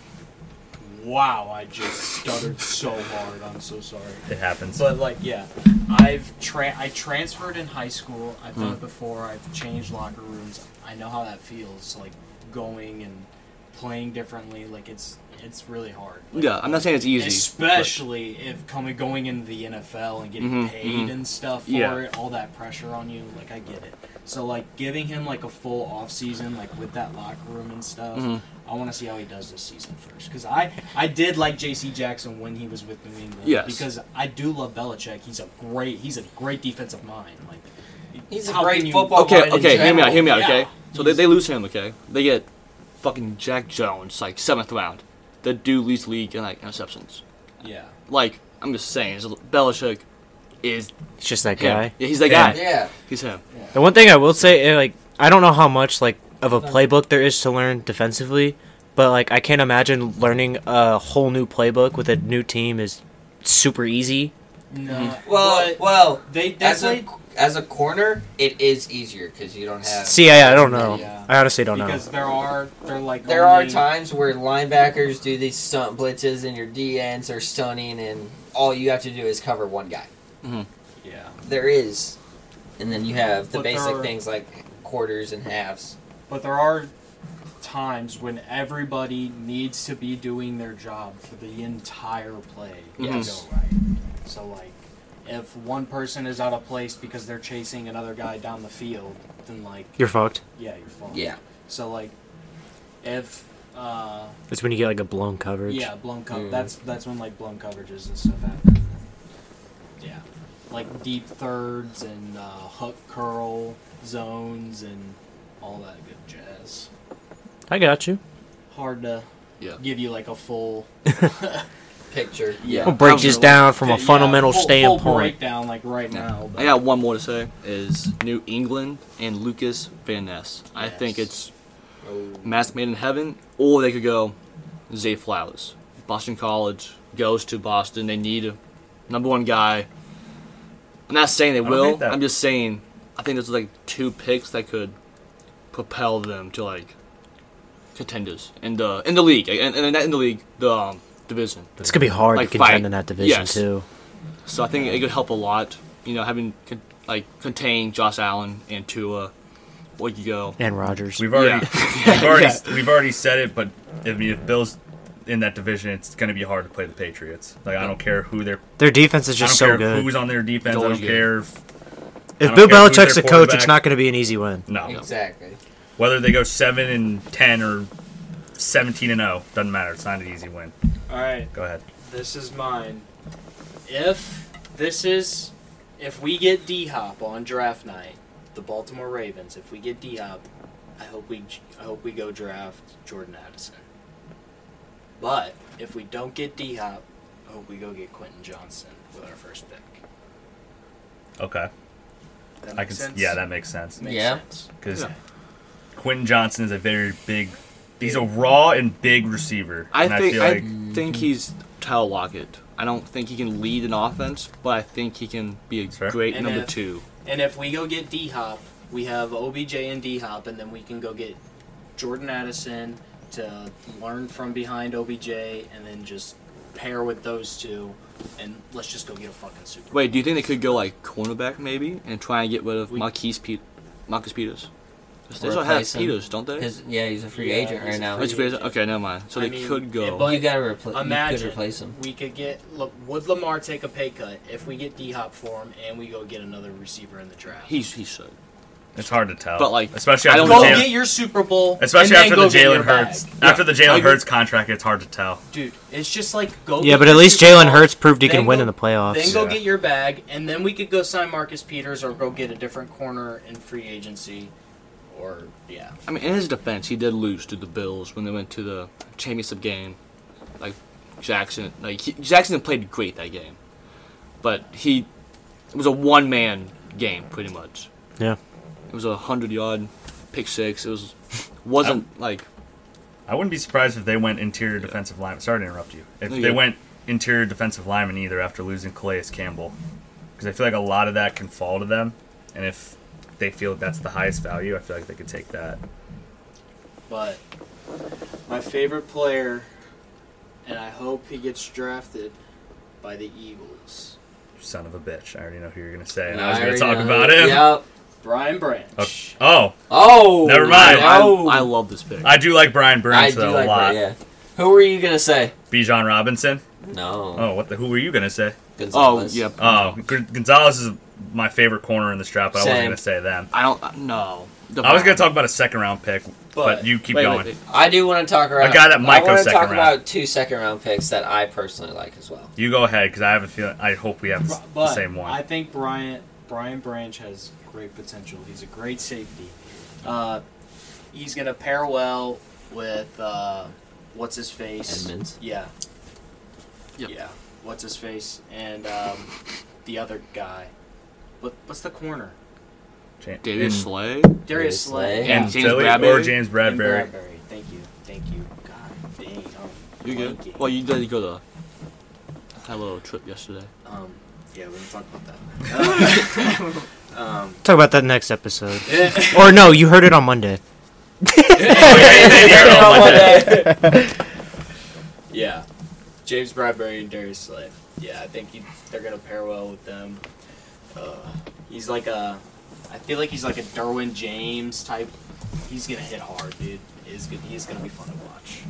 S2: wow, I just stuttered so hard. I'm so sorry.
S3: it happens.
S2: But like, yeah, I've tra- I transferred in high school. I've done it before. I've changed locker rooms. I know how that feels. Like going and playing differently. Like it's it's really hard. Like,
S4: yeah. I'm not saying it's easy.
S2: Especially if coming going into the NFL and getting
S4: Mhm,
S2: paid
S4: mhm.
S2: and stuff for
S4: Yeah.
S2: it, all that pressure on you, like I get it. So like giving him like a full off season, like with that locker room and stuff,
S4: Mhm.
S2: I want to see how he does this season first. Because I I did like J.C. Jackson when he was with New England.
S4: Yes.
S2: Because I do love Belichick. He's a great he's a great defensive mind. Like
S5: He's a
S2: how
S5: great
S2: can you-
S5: football
S4: But, okay,
S5: mind in
S4: okay. Hear me out. Hear me out.
S2: Yeah.
S4: Okay. So they, they lose him. Okay. They get fucking Jack Jones like seventh round. The dude leads the league in like interceptions.
S2: Yeah.
S4: Like I'm just saying, it's- Belichick is
S1: It's just that
S4: him.
S1: guy.
S4: Yeah, he's that
S3: Yeah.
S4: guy.
S5: Yeah.
S4: He's him.
S1: The one thing I will say, eh, like, I don't know how much like of a playbook there is to learn defensively, but like, I can't imagine learning a whole new playbook with a new team is super easy.
S4: Mm-hmm.
S2: No.
S5: Well,
S2: Well,
S5: well,
S2: they they
S5: as
S2: played
S5: a as a corner, it is easier because you don't have.
S1: See, I, I don't know.
S2: Yeah.
S1: I honestly don't know.
S2: because there are they're like
S5: There are
S2: only-
S5: times where linebackers do these stunt blitzes and your DNs are stunning, and all you have to do is cover one guy.
S2: Yeah.
S5: There is, and then you have the
S2: But there
S5: basic
S2: are-
S5: things like quarters and halves.
S2: But there are times when everybody needs to be doing their job for the entire play
S4: Yes.
S2: to go right. So like if one person is out of place because they're chasing another guy down the field, then like
S1: You're fucked.
S2: yeah, you're fucked.
S5: Yeah.
S2: So like if uh,
S1: That's when you get like a blown coverage.
S2: yeah, blown coverage.
S5: Mm.
S2: That's that's when like blown coverages and stuff happen. Yeah, like deep thirds and uh, hook curl zones and all that good jazz.
S1: I got you.
S2: Hard to
S4: Yeah.
S2: give you like a full
S5: Picture.
S4: Yeah.
S1: We'll break this down from a
S2: yeah,
S1: fundamental
S2: full- full
S1: standpoint.
S2: breakdown like right now.
S4: I got one more to say is New England and Lucas Van Ness. I think
S2: Yes.
S4: it's
S5: Oh.
S4: Mask Made in Heaven, or they could go Zay Flowers. Boston College goes to Boston. They need a number one guy. I'm not saying they
S3: don't
S4: will.
S3: hate that.
S4: I'm just saying I think there's like two picks that could propel them to like contenders in the in the league and, and not in the league the um, division.
S1: It's gonna be hard
S4: Like
S1: to contend
S4: fight.
S1: in that division
S4: Yes.
S1: too.
S4: So I think it could help a lot. You know, having con- like contain Josh Allen and Tua, or you go.
S1: And Rogers.
S3: We've already, we've, already
S4: Yeah.
S3: we've already said it, but I mean, if Bill's in that division, it's going to be hard to play the Patriots. Like I don't care who they're,
S1: Their defense is
S3: I don't
S1: just
S3: care
S1: so good.
S3: who's on their defense. I
S4: Always
S3: don't
S4: good.
S3: care. If,
S1: If
S3: don't
S1: Bill
S3: care who's
S1: Belichick's
S3: their
S1: a coach, it's
S3: quarterback.
S1: not gonna be an easy win.
S3: no,
S5: Exactly.
S3: whether they go seven and ten or seventeen and zero doesn't matter. It's not an easy win.
S2: All right,
S3: Go ahead.
S2: this is mine. If this is if we get D Hop on draft night, the Baltimore Ravens. If we get D Hop, I hope we I hope we go draft Jordan Addison. But if we don't get D Hop, I hope we go get Quentin Johnson with our first pick.
S3: Okay,
S2: That
S3: I
S2: makes
S3: can.
S2: sense.
S3: Yeah, that makes sense.
S2: makes
S5: Yeah.
S2: sense.
S3: because
S4: Yeah.
S3: Quentin Johnson is a very big. He's a raw and big receiver.
S4: I
S3: and
S4: think
S3: I feel
S4: I,
S3: like
S4: think he's Tyler Lockett. I don't think he can lead an offense, but I think he can be a
S3: Fair.
S4: great
S2: And
S4: number
S2: if-
S4: two.
S2: And if we go get D Hop, we have OBJ and D Hop, and then we can go get Jordan Addison to learn from behind OBJ, and then just pair with those two, and let's just go get a fucking Super. Bowl.
S4: Wait, do you think they could go like cornerback maybe and try and get rid of
S2: We-
S4: Marquise Pe- Marcus Peters? 'Cause They
S5: Or
S4: still have
S5: replace him.
S4: Peters, don't they?
S5: Because yeah, he's a free
S2: Yeah,
S5: agent
S2: he's
S5: right
S2: a
S5: now.
S4: Oh, it's
S2: free
S4: Peters? Okay, never mind. So
S2: I
S4: they
S2: mean,
S4: could
S2: it-
S4: go.
S2: but-
S5: you gotta replace. You
S2: Imagine.
S5: could replace him.
S2: We could get look, would Lamar take a pay cut if we get D Hop for him, and we go get another receiver in the draft.
S4: he's he should.
S3: it's hard to tell.
S4: But, like,
S3: especially
S4: I
S3: after
S4: don't
S3: the
S2: go
S4: know.
S3: Jalen,
S2: get your Super Bowl,
S3: especially
S2: and
S3: after
S2: then
S3: the
S2: go get your
S3: Jalen Hurts
S2: bag.
S3: after the
S4: I
S3: Jalen
S4: agree.
S3: Hurts contract. It's hard to tell.
S2: dude. It's just like go.
S1: Yeah,
S2: get
S1: but at
S2: your
S1: least
S2: Super
S1: Jalen
S2: Bowl.
S1: Hurts proved he
S2: Then
S1: can win
S2: go-
S1: in the
S2: Then
S1: playoffs.
S2: go
S3: Yeah.
S2: get your bag, and then we could go sign Marcus Peters or go get a different corner in free agency. Or, yeah.
S4: I mean, in his defense, he did lose to the Bills when they went to the championship game. Like Jackson, like he, Jackson played great that game, but he it was a one man game pretty much.
S1: Yeah.
S4: It was a hundred yard pick six. It was wasn't like
S3: I wouldn't be surprised if they went interior defensive lineman. Sorry to interrupt you. If
S4: No, you're
S3: they
S4: good.
S3: went interior defensive lineman either after losing Calais Campbell, because I feel like a lot of that can fall to them, and if they feel that's the highest value, I feel like they could take that.
S2: But my favorite player, and I hope he gets drafted by the Eagles,
S3: Son of a bitch! I already know who you're gonna say. and
S5: No,
S3: I was
S5: I
S3: gonna talk
S5: already know.
S3: about him.
S5: Yep.
S2: Brian Branch.
S3: Okay. Oh,
S5: Oh.
S3: Never mind.
S4: I,
S5: no.
S4: I love this pick.
S3: I do like Brian
S5: I
S3: Burns
S5: do
S3: though a
S5: like
S3: lot.
S5: that. Yeah. Who were you gonna say?
S3: Bijan Robinson.
S5: No.
S3: Oh, what the? Who were you gonna say?
S4: oh
S5: Gonzalez.
S4: yeah,
S3: Oh, G- Gonzalez is my favorite corner in this draft, but I wasn't
S5: Same.
S3: gonna say them.
S4: I don't no.
S3: I was gonna talk about a second round pick, but,
S2: But-
S3: you keep
S4: Wait, wait,
S3: going.
S4: wait.
S5: I do want to talk around.
S3: I got that Mike
S5: I want
S3: goes
S5: to
S3: second
S5: talk
S3: round.
S5: about two second round picks that I personally like as well.
S3: You go ahead because I have a feeling. I hope we have the s- the
S2: But
S3: same one.
S2: I think Brian, Brian Branch has great potential. He's a great safety. Uh, he's going to pair well with, uh, what's his face?
S5: Edmonds.
S2: Yeah.
S4: Yep.
S2: Yeah. What's his face? And um, the other guy. What, what's the corner?
S3: Jan-
S4: Davis
S3: in-
S4: Slay.
S2: Darius
S5: Darius
S2: Slay.
S5: Slay.
S3: in
S4: Yeah. James
S3: Philly or
S4: Bradbury.
S3: James
S2: And
S3: Bradbury.
S2: Bradbury. Thank you. Thank you. God dang. Um, I'm
S4: You good?
S2: blanking.
S4: Well, you did go to. I had a little trip yesterday.
S2: Um, yeah, we can talk about that. um,
S1: Talk about that next episode.
S2: eh,
S1: Or no, you heard it on Monday.
S2: yeah. James Bradbury and Darius Slay. Yeah, I think he, they're going to pair well with them. Uh, he's like a. I feel like he's like a Derwin James type. He's going to hit hard, dude. He's going he's gonna be fun to watch.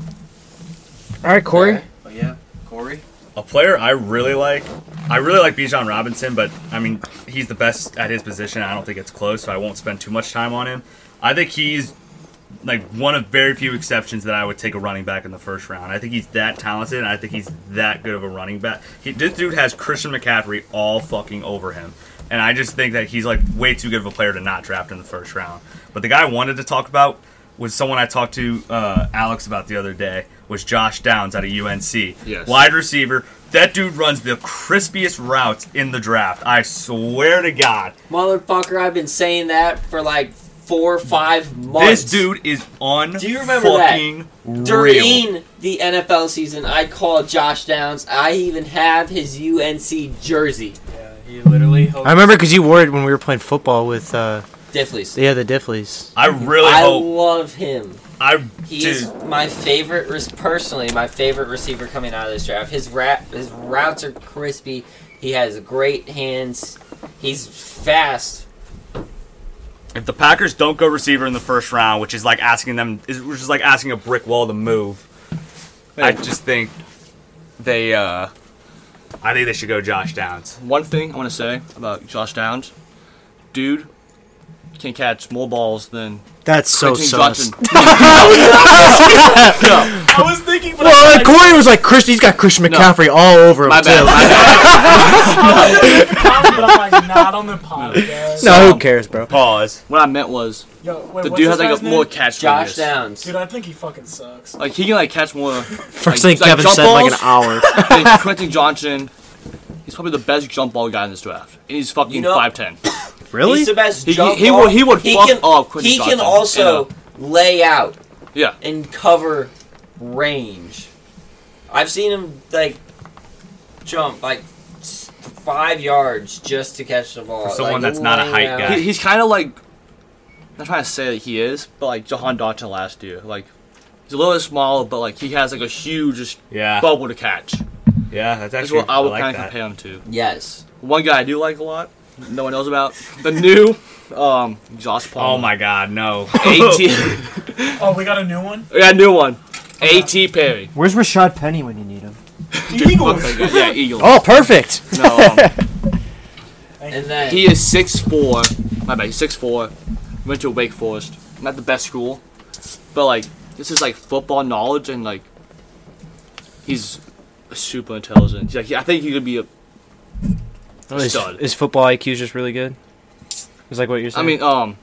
S1: All right, Corey.
S5: Alright.
S6: Oh,
S2: But yeah, Corey?
S3: A player I really like. I really like Bijan Robinson, but I mean, he's the best at his position. I don't think it's close, so I won't spend too much time on him. I think he's like one of very few exceptions that I would take a running back in the first round. I think he's that talented, and I think he's that good of a running back. He, this dude has Christian McCaffrey all fucking over him, and I just think that he's like way too good of a player to not draft in the first round. But the guy I wanted to talk about was someone I talked to uh, Alex about the other day was Josh Downs out of UNC,
S4: Yes.
S3: wide receiver. That dude runs the crispiest routes in the draft. I swear to God.
S5: Motherfucker, I've been saying that for like four, five months.
S3: This dude is on
S5: Do you remember that?
S3: fucking real.
S5: During the NFL season, I called Josh Downs. I even have his UNC jersey.
S6: Yeah, he literally. Hopes
S1: I remember because you wore it when we were playing football with uh,
S5: Diffley's.
S1: yeah the Diffleys.
S3: I really
S5: I
S3: hope
S5: love him.
S3: I
S5: He is
S3: dude,
S5: my favorite, res- personally, my favorite receiver coming out of this draft. His rap, his routes are crispy. He has great hands. He's fast.
S10: If the Packers don't go receiver in the first round, which is like asking them, is which is like asking a brick wall to move, I just think they, uh I think they should go Josh Downs.
S4: One thing I want to say about Josh Downs, dude, can catch more balls than
S1: That's so
S4: Quentin
S1: sus.
S4: Johnson. no,
S10: I was thinking, but
S1: Well, like Corey was like Christian. He's got Christian McCaffrey all over him
S4: my
S1: too.
S4: bad. My bad.
S6: but I'm like not on the podcast.
S1: No, who cares, bro?
S10: pause.
S4: what I meant was
S9: Yo, wait,
S4: the
S9: what's
S4: dude
S9: his
S4: has like
S9: guy's
S4: a
S9: name?
S4: more catch
S5: Josh
S4: radius.
S5: Downs.
S9: Dude, I think he fucking sucks.
S4: Like he can like catch more
S1: First
S4: Like-
S1: thing
S4: like
S1: Kevin
S4: jump
S1: said in like an
S4: balls?
S1: hour.
S4: than Quentin Johnson. He's probably the best jump ball guy in this draft, and he's fucking
S5: You know-
S4: five ten.
S1: really?
S5: He's the best
S4: He-
S5: jump
S4: he- he
S5: ball.
S4: would- he would fuck
S5: can,
S4: up Quentin
S5: He can
S4: Johnson
S5: also lay out
S4: Yeah,
S5: and cover range. I've seen him like jump like s- five yards just to catch the ball.
S3: For someone
S5: Like,
S3: that's not a height
S5: laying
S3: guy.
S5: out.
S4: he, he's kind of like. I'm not trying to say that he is, but like Jahan Dotson last year, like he's a little bit small, but like he has like a huge just
S3: yeah,
S4: bubble to catch.
S3: yeah, that's
S4: That's
S3: Ah. actually
S4: what I would
S3: like
S4: kind of
S3: that.
S4: compare him to.
S5: Yes.
S4: One guy I do like a lot, no one knows about the new um Josh Palmer.
S3: Oh my God, no.
S4: AT,
S9: Oh, we got a new one?
S4: I got a new one. At Perry.
S1: Where's Rashad Penny when you need him?
S4: Dude, fuck that guy. yeah, Eagle.
S1: Oh, perfect.
S4: No, um,
S5: And then
S4: he is six four. My bad, six four. Went to Wake Forest. Not the best school, but like this is like football knowledge and like he's super intelligent. He's, Like I think he could be a.
S1: Is,
S4: Stud.
S1: is Oh, football IQ just really good? Is like what you're
S4: I
S1: saying?
S4: mean, um,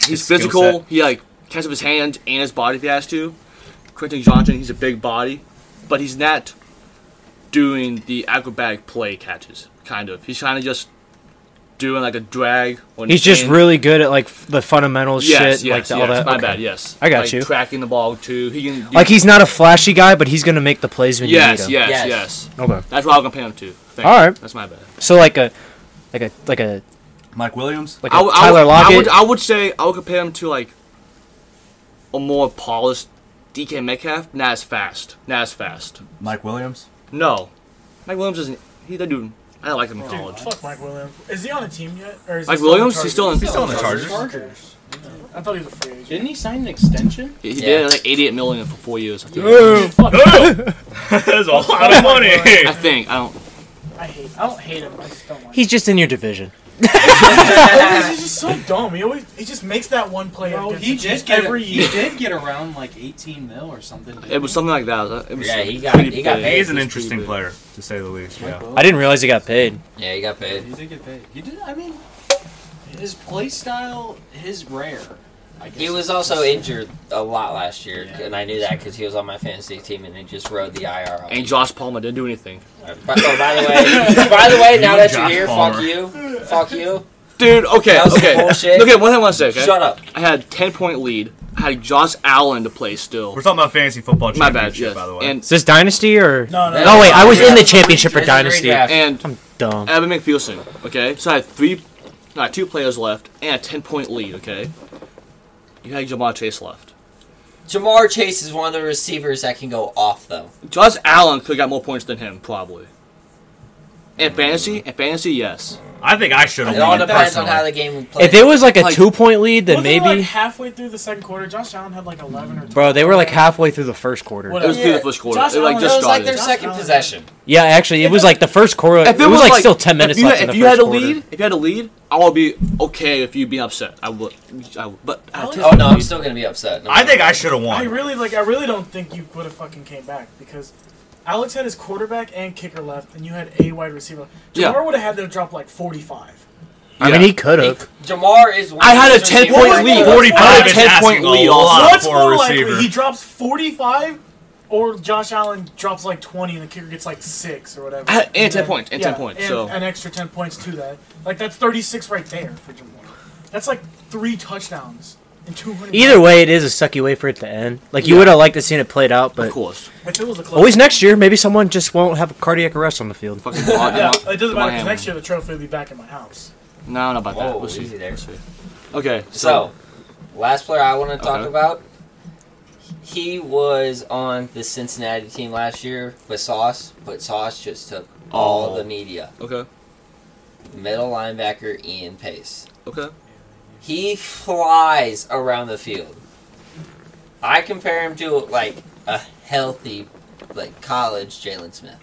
S4: he's
S3: His skill
S4: physical.
S3: set.
S4: He like catches with his hands and his body if he has to. Quentin Johnson, he's a big body, but he's not doing the acrobatic play catches. Kind of, he's kind of just doing like a drag. Or an
S1: he's just
S4: in-
S1: really good at like f- the fundamentals
S4: yes,
S1: shit,
S4: yes,
S1: like the,
S4: yes,
S1: all that.
S4: My
S1: okay.
S4: bad. Yes,
S1: I got
S4: Like,
S1: you.
S4: Tracking the ball too. He can do-
S1: Like he's not a flashy guy, but he's gonna make the plays when
S4: Yes, yes,
S1: you need him.
S4: yes,
S5: Yes.
S1: Okay.
S4: That's what I'll compare him to. Thank
S1: All
S4: you.
S1: right.
S4: That's my bad.
S1: So like a, like a, like a,
S10: Mike Williams.
S1: like a
S4: I would- I
S1: Tyler
S4: would- I would,
S1: Lockett.
S4: I would say I would compare him to like a more polished DK Metcalf, not as fast, not as fast.
S10: Mike Williams.
S4: No, Mike Williams isn't. He that dude. I don't like him in
S9: Dude,
S4: college.
S9: fuck Mike Williams. Is he on a team yet? Or is he
S4: Oh, Mike
S9: still on the
S4: Williams, he's still in.
S9: Chargers?
S4: He,
S3: on the Chargers.
S9: Chargers. I thought he was a free agent.
S6: Didn't he sign an extension?
S4: he
S5: Yeah.
S4: did like 88 million for four years. I think.
S3: that's a lot of money.
S4: I think. I don't.
S9: I hate. I don't hate him. I just don't like.
S1: He's just in your division.
S9: him. he's just so dumb. He always he just makes that one play.
S6: Bro,
S9: against
S6: he
S9: the
S6: did
S9: Chiefs
S6: get
S9: every
S6: he
S9: year.
S6: did get around like 18 mil or something. didn't
S4: It was
S6: he?
S4: something like that. It was
S5: Yeah, he got-
S4: pretty
S5: he got
S4: big.
S5: paid.
S3: He's an
S4: It was
S3: interesting
S4: pretty big.
S3: player, to say the least. Yeah.
S1: I didn't realize he got paid.
S5: yeah, he got paid.
S6: He did get paid. He did. I mean, his play style is rare. I guess
S5: He
S6: I
S5: was
S6: could
S5: also
S6: say.
S5: injured a lot last year,
S6: Yeah.
S5: and I knew that because he was on my fantasy team, and they just rode the IR. Off.
S4: And Josh Palmer didn't do anything.
S5: By, oh, by the way, by the way,
S3: You
S5: now that you're
S3: Josh
S5: here, fuck
S3: Palmer.
S5: you, fuck you.
S4: Dude, okay,
S5: That was
S4: okay.
S5: bullshit.
S4: Look at one thing I want to say. Okay?
S5: Shut up.
S4: I had 10 point lead. I had Josh Allen to play still.
S3: We're talking about fantasy football
S4: My bad,
S3: championship,
S4: yes.
S3: by the way.
S1: Is
S4: And
S1: this dynasty or?
S9: No, no.
S1: Oh wait, I was in the
S5: Yeah.
S1: championship for
S5: This is
S1: dynasty.
S5: redraft.
S4: and
S1: I'm dumb.
S4: Evan McPherson. Okay, so I had three, not two players left and a 10 point lead. Okay, you had Jamar Chase left.
S5: Jamar Chase is one of the receivers that can go off though.
S4: Josh Allen could have got more points than him probably. In
S3: Mm.
S4: fantasy, in fantasy, yes.
S3: I think I should have
S5: It all
S3: won.
S5: depends on
S3: personally.
S5: how the game would play.
S1: If it was like a
S4: Like-
S1: two point lead, then
S9: Wasn't it,
S1: maybe.
S9: like halfway through the second quarter, Josh Allen had like 11 or 12.
S1: Bro, they were like halfway through the first quarter.
S9: Whatever.
S4: It was through
S5: Yeah.
S4: the first quarter.
S9: Josh
S4: it like
S9: Allen-
S5: it
S4: just
S5: was like
S4: started.
S5: their second possession.
S1: Yeah, actually, it was like the first quarter. It, was, like, still ten minutes
S4: if you,
S1: left. in
S4: If
S1: the
S4: you
S1: first
S4: had a
S1: quarter.
S4: lead, if you had a lead, I would be okay if you being upset. I would. I would but I
S9: Alex-
S5: Oh no, I'm still gonna be upset. No
S3: I
S5: matter
S3: think I
S5: what.
S3: should have
S9: I
S3: won.
S9: really like. I really don't think you would have fucking came back because Alex had his quarterback and kicker left, and you had a wide receiver.
S4: Yeah.
S9: Jamar would have had to drop like forty-five.
S1: I mean, he could have.
S5: Jamar is. one
S4: I had a
S5: of the
S4: 10 point
S5: receivers-
S4: lead. I had
S3: Forty-five
S4: a
S3: is
S4: 10
S3: asking
S4: point lead
S3: a lot
S9: What's
S3: for
S9: more
S3: a
S9: likely? He
S3: receiver.
S9: drops forty-five, or Josh Allen drops like twenty, and the kicker gets like six or whatever.
S1: Uh,
S4: I had- and
S9: And
S4: 10
S9: then-
S4: points, and 10 points,
S9: and
S4: so-
S9: an extra ten points to that. Like that's thirty-six right there for Jamar. That's like three touchdowns and two hundred.
S1: Either way, it is a sucky way for it to end. Like you
S4: Yeah.
S1: would have liked to seen it played out,
S4: Of
S1: but
S4: course.
S9: if it was a close.
S1: always oh, next year, maybe someone just won't have cardiac arrest on the field.
S4: Fucking Devon-
S9: Yeah,
S1: Uh,
S4: Devon-
S9: it doesn't matter because
S4: Devon
S9: next year the trophy will be back in my house.
S4: Hamlin. No, not about that.
S5: Whoa,
S4: We'll see.
S5: easy there.
S4: We'll see. Okay, so,
S5: So, last player I want to talk
S4: Okay.
S5: about. He was on the Cincinnati team last year with Sauce, but Sauce just took all
S4: Oh.
S5: the media.
S4: okay,
S5: Middle linebacker Ian Pace.
S4: okay.
S5: He flies around the field. I compare him to like a healthy, like college Jalen Smith.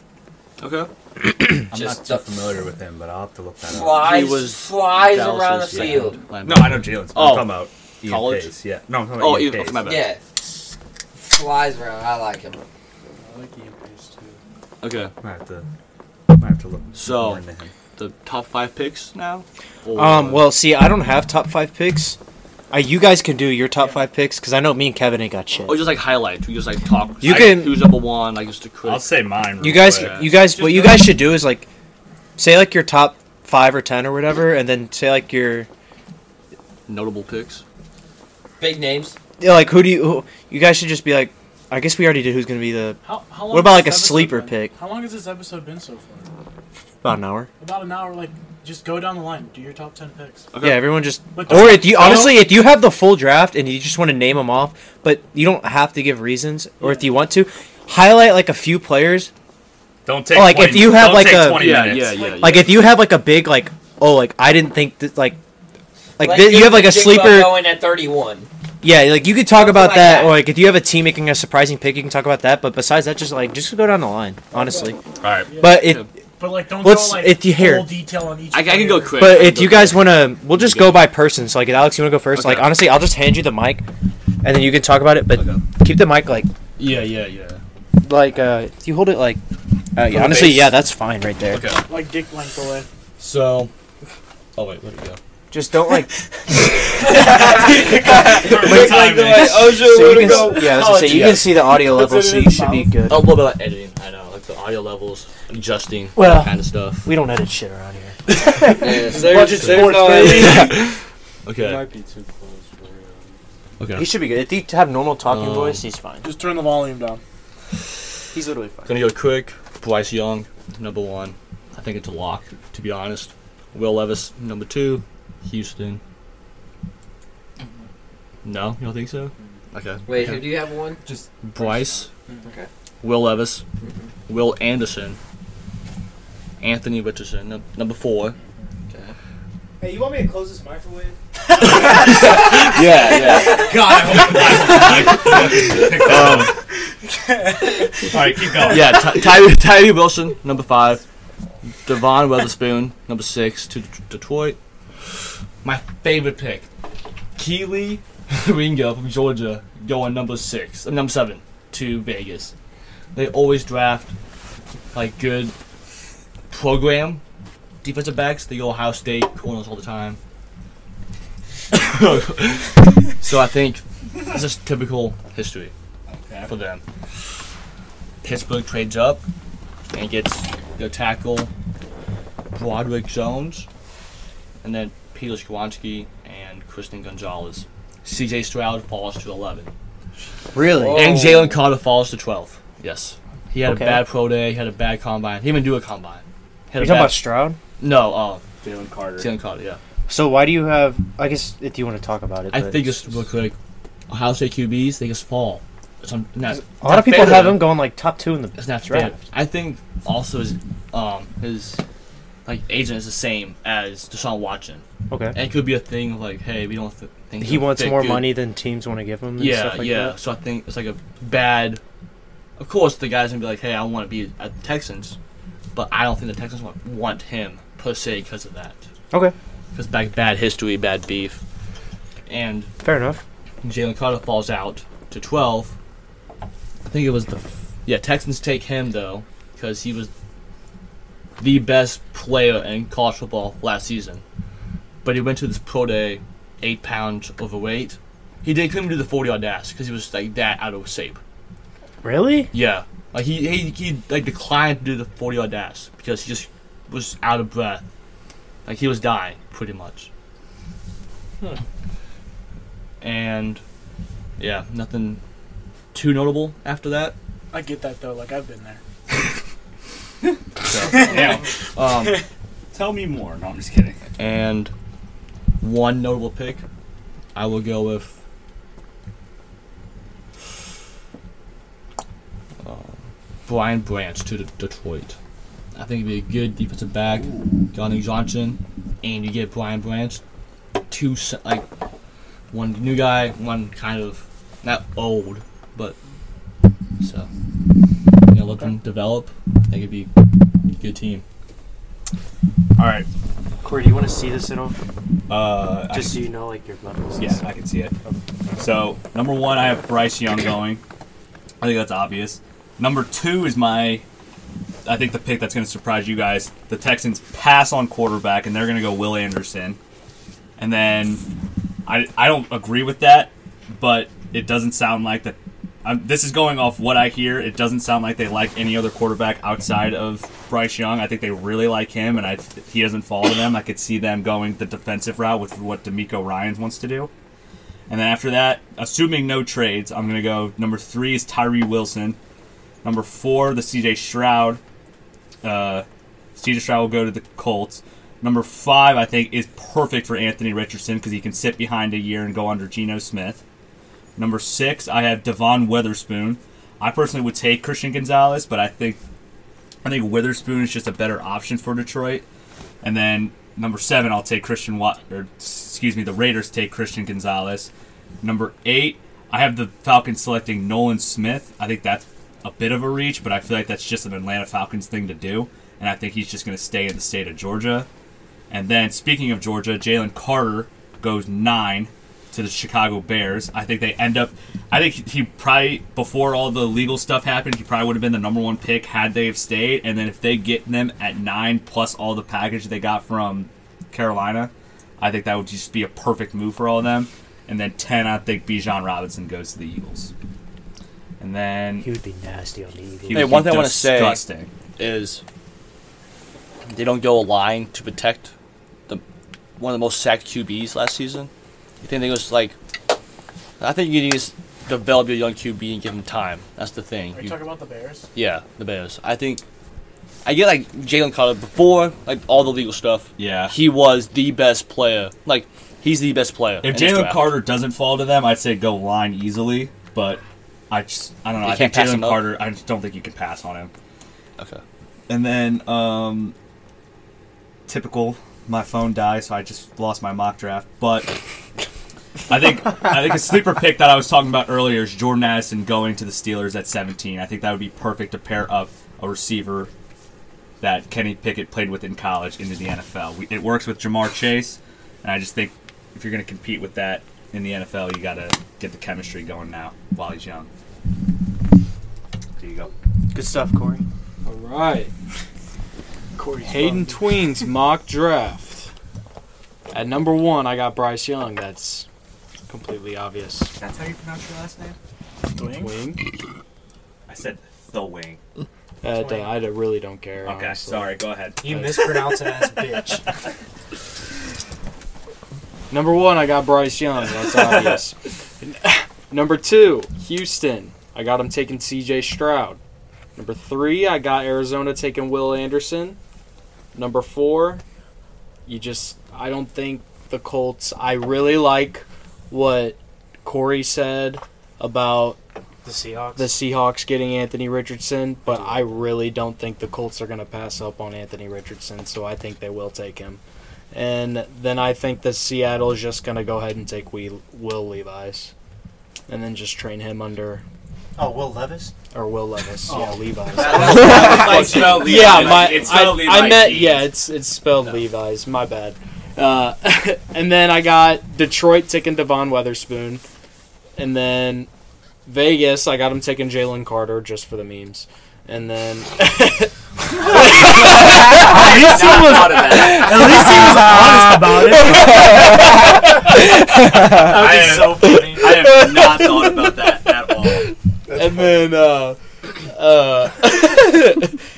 S4: Okay.
S12: I'm
S5: Just
S12: not
S5: the
S12: too familiar with him, but I'll have to look that up.
S5: Flies,
S4: He was
S5: flies
S4: Dallas's
S5: around the
S4: right
S5: field.
S4: hand linebacker.
S10: No, I know Jalen's.
S4: Oh.
S10: I'm talking about Ian
S4: College?
S10: Pace, Yeah. No, I'm talking about
S4: Oh,
S10: Ian
S4: Ian- okay,
S10: Pace.
S4: my bad.
S5: Yeah, flies around. I like him.
S6: I like the Pace too.
S4: Okay,
S10: I have to. I have to look.
S4: So-
S10: more into him.
S4: the top five picks now. Or-
S1: Um, well, see, I don't have top five picks. Uh, you guys can do your top five picks because I know me and Kevin ain't got shit.
S4: or just like highlights. We just like talk.
S1: You
S4: like,
S1: can-
S4: who's number one? Like just a quick.
S10: I'll say mine. real
S1: You guys,
S10: quick.
S1: you guys, what you guys should do is like, say like your top five or ten or whatever, and then say like your
S4: notable picks.
S5: Big names.
S1: yeah, like who do you? Who, you guys should just be like. I guess we already did who's gonna be the
S9: How, how long
S1: What about,
S9: has
S1: like, a
S9: this episode
S1: sleeper
S9: been?
S1: pick?
S9: How long has this episode been so far?
S1: about an hour.
S9: About an hour. Like, just go down the line. Do your top ten picks.
S4: Okay.
S1: Yeah, everyone just.
S9: But
S1: Or
S9: don't-
S1: if you honestly, if you have the full draft and you just want to name them off, but you don't have to give reasons, or if you want to, highlight like a few players.
S10: Don't
S12: Oh,
S10: take.
S1: Like, if
S10: 20
S1: you have,
S10: don't
S1: like,
S10: take
S1: a-
S10: 20
S4: Yeah,
S10: minutes.
S4: yeah, yeah,
S1: Like if you have like a big like oh like I didn't think that like like,
S5: Like,
S1: thi- you have like a
S5: Jigba
S1: sleeper
S5: going at 31.
S1: yeah like you could talk about
S5: like
S1: that
S5: that.
S1: or like if you have a team making a surprising pick you can talk about that but besides that just like just go down the line honestly
S10: All right.
S1: but it
S9: But like, don't
S1: Let's-
S9: go like
S1: if you hear-
S9: full detail on each.
S4: I, I can go
S9: player.
S4: quick. I
S1: but
S4: can
S1: if
S4: go
S1: you guys
S4: quick.
S1: want to we'll just go by person so like Alex you want to go first
S4: Okay.
S1: like honestly I'll just hand you the mic and then you can talk about it but
S4: Okay.
S1: keep the mic like
S4: Yeah, yeah, yeah.
S1: like uh if you hold it like uh, yeah, honestly
S4: base.
S1: yeah that's fine right there
S4: Okay.
S9: Like Dick length away.
S4: So. Oh wait, where'd it go?
S1: just don't like
S10: Perfect timing.
S1: so you can, s- yeah that's what I'm saying. you
S4: Oh, yeah.
S1: can see the audio level
S9: it
S1: so
S9: in
S1: you
S9: his
S1: should be
S9: mouth.
S1: good
S4: A little bit about editing. I know, like the audio levels, adjusting, all
S1: Well.
S4: that kind of stuff.
S1: we don't edit shit around here.
S5: Budget sports, baby.
S4: Okay.
S6: be too close for real.
S1: He
S4: Okay.
S1: should be good. If he have normal talking
S4: Um,
S1: voice, he's fine.
S9: Just turn the volume down.
S1: He's literally fine.
S4: Gonna go quick. Bryce Young, number one. I think it's a lock, to be honest. Will Levis, number two. Houston. No, you don't think so? Okay.
S5: Wait, who do you have one?
S12: Just
S4: Bryce.
S5: Okay.
S4: Will Levis. Will Anderson. Anthony Richardson, num- number four.
S6: Hey, you want me to close this microwave?
S4: Yeah, yeah.
S10: All right, keep going.
S4: yeah, Ty- Tyree, Tyree Wilson, number five. Devon Weatherspoon, number six, to D- Detroit. My favorite pick, Keely Ringo from Georgia, going number six, uh, number seven, to Vegas. They always draft like good program defensive backs. They go Ohio State corners all the time. so I think this is typical history for them. Pittsburgh trades up and gets their tackle Broderick Jones, and then Peter Skowronski and Kristen Gonzalez. CJ Stroud falls to 11.
S1: Really?
S4: And Jalen Carter falls to 12. Yes. He had
S1: Okay.
S4: a bad pro day, he had a bad combine. He didn't even do a combine. He had
S1: You're
S4: a
S1: talking
S4: bad-
S1: about Stroud?
S4: no, uh,
S12: Jalen Carter.
S4: Jalen Carter, yeah.
S1: So why do you have? I guess if you want to talk about it,
S4: I
S1: but-
S4: think it's real quick. Ohio State QBs, they just fall. It's, un- not,
S1: a lot of people have him going like top two in the
S4: It's not
S1: Draft.
S4: fair. I think also his um his like agent is the same as Deshaun Watson,
S1: Okay.
S4: and it could be a thing of like, hey, we don't th- think
S1: He
S4: he'll
S1: wants
S4: fit
S1: more
S4: good.
S1: money than teams want to give him. And
S4: yeah,
S1: stuff like
S4: yeah.
S1: That.
S4: So I think it's like a bad. Of course, the guy's gonna be like, "Hey, I want to be at the Texans," but I don't think the Texans want, want him per se because of that.
S1: Okay.
S4: Because back bad history, bad beef, and
S1: Fair enough.
S4: Jalen Carter falls out to twelve. I think it was the yeah Texans take him though because he was the best player in college football last season, but he went to this pro day eight pounds overweight. He didn't couldn't do the forty yard dash because he was like that out of shape.
S1: Really?
S4: Yeah, like he he, he like declined to do the forty yard dash because he just was out of breath. Like he was dying pretty much. And yeah, nothing too notable after that.
S9: I get that though. Like I've been there.
S4: Um,
S3: Tell me more. No, I'm just kidding.
S4: and one notable pick, I will go with. uh, Brian Branch to De- Detroit. I think it'd be a good defensive back. Johnny Johnson, and you get Brian Branch. Two se- like one new guy, one kind of not old, but so you know let them develop. I think it'd be a good team.
S3: All right.
S1: Corey, do you want to see this at all?
S3: Uh, I-
S1: Just so you know, like your levels.
S3: Yeah, I can see it. So number one, I have Bryce Young going. I think that's obvious. Number two is my, I think the pick that's going to surprise you guys. The Texans pass on quarterback, and they're going to go Will Anderson. And then, I I don't agree with that, but it doesn't sound like that. I'm, this is going off what I hear. It doesn't sound like they like any other quarterback outside of Bryce Young. I think they really like him, and I, if he doesn't fall to them, I could see them going the defensive route with what D'Amico Ryan's wants to do. And then after that, assuming no trades, I'm going to go number three is Tyree Wilson. Number four, the CJ Shroud. Uh, CJ Stroud will go to the Colts. Number five, I think, is perfect for Anthony Richardson because he can sit behind a year and go under Geno Smith. Number six, I have Devon Weatherspoon. I personally would take Christian Gonzalez, but I think I think Witherspoon is just a better option for Detroit. And then number seven, I'll take Christian Wa- or excuse me, the Raiders take Christian Gonzalez. Number eight, I have the Falcons selecting Nolan Smith. I think that's a bit of a reach, but I feel like that's just an Atlanta Falcons thing to do, and I think he's just going to stay in the state of Georgia. And then speaking of Georgia, Jalen Carter goes nine to the Chicago Bears. I think they end up. I think he probably before all the legal stuff happened, he probably would have been the number one pick had they have stayed. And then if they get them at nine plus all the package they got from Carolina, I think that would just be a perfect move for all of them. And then ten, I think Bijan Robinson goes to the Eagles. And then
S1: He would be nasty on the Eagles.
S3: he
S4: Hey,
S3: would
S4: one
S3: be
S4: thing I wanna say-
S3: disgusting.
S4: is they don't go a line to protect the one of the most sacked QBs last season. I think they was like, I think you need to just develop your young QB and give him time. That's the thing.
S9: Are you
S4: You-
S9: talking about the Bears?
S4: yeah, the Bears. I think I get like Jalen Carter before like all the legal stuff.
S3: Yeah.
S4: he was the best player. Like he's the best player. in
S3: If
S4: this
S3: Jalen
S4: draft.
S3: Carter doesn't fall to them, I'd say go line easily. But I just I don't know.
S4: You
S3: I think
S4: can't pass
S3: Jalen
S4: him up?
S3: Carter. I just don't think you can pass on him.
S4: okay,
S3: And then um, typical, my phone died, so I just lost my mock draft. But I think I think a sleeper pick that I was talking about earlier is Jordan Addison going to the Steelers at 17. I think that would be perfect to pair up a receiver that Kenny Pickett played with in college into the NFL. We, it works with Jamar Chase, and I just think if you're going to compete with that in the NFL, you got to get the chemistry going now while he's young. There you go.
S1: Good stuff, Corey.
S6: All right. Hayden Tween's mock draft. At number one, I got Bryce Young. That's completely obvious. Uh,
S3: That's how you pronounce your last name?
S9: Doing?
S6: Tween.
S3: I said the wing.
S6: Uh, I really don't care.
S3: Okay,
S6: honestly.
S3: sorry. Go ahead.
S9: You mispronounce it as bitch.
S6: Number one, I got Bryce Young. That's obvious. Number two, Houston. I got him taking C.J. Stroud. Number three, I got Arizona taking Will Anderson. Number four, you just I don't think the Colts. I really like what Corey said about
S9: The Seahawks.
S6: the Seahawks getting Anthony Richardson, but I really don't think the Colts are going to pass up on Anthony Richardson, so I think they will take him. And then I think that Seattle is just going to go ahead and take we- Will Levi's and then just train him under
S9: oh, Will Levis.
S6: or Will Levis. Yeah, Levi's.
S3: It's spelled Levi.
S6: yeah, my
S3: It's
S6: I,
S3: spelled
S6: I
S3: Levi.
S6: meant yeah, it's it's spelled Levi's. My bad. Uh, and then I got Detroit taking Devon Weatherspoon, and then Vegas I got him taking Jalen Carter just for the memes, and then
S3: At least he was honest about it. I am, so funny. I have not thought about that at all.
S6: and then uh, uh,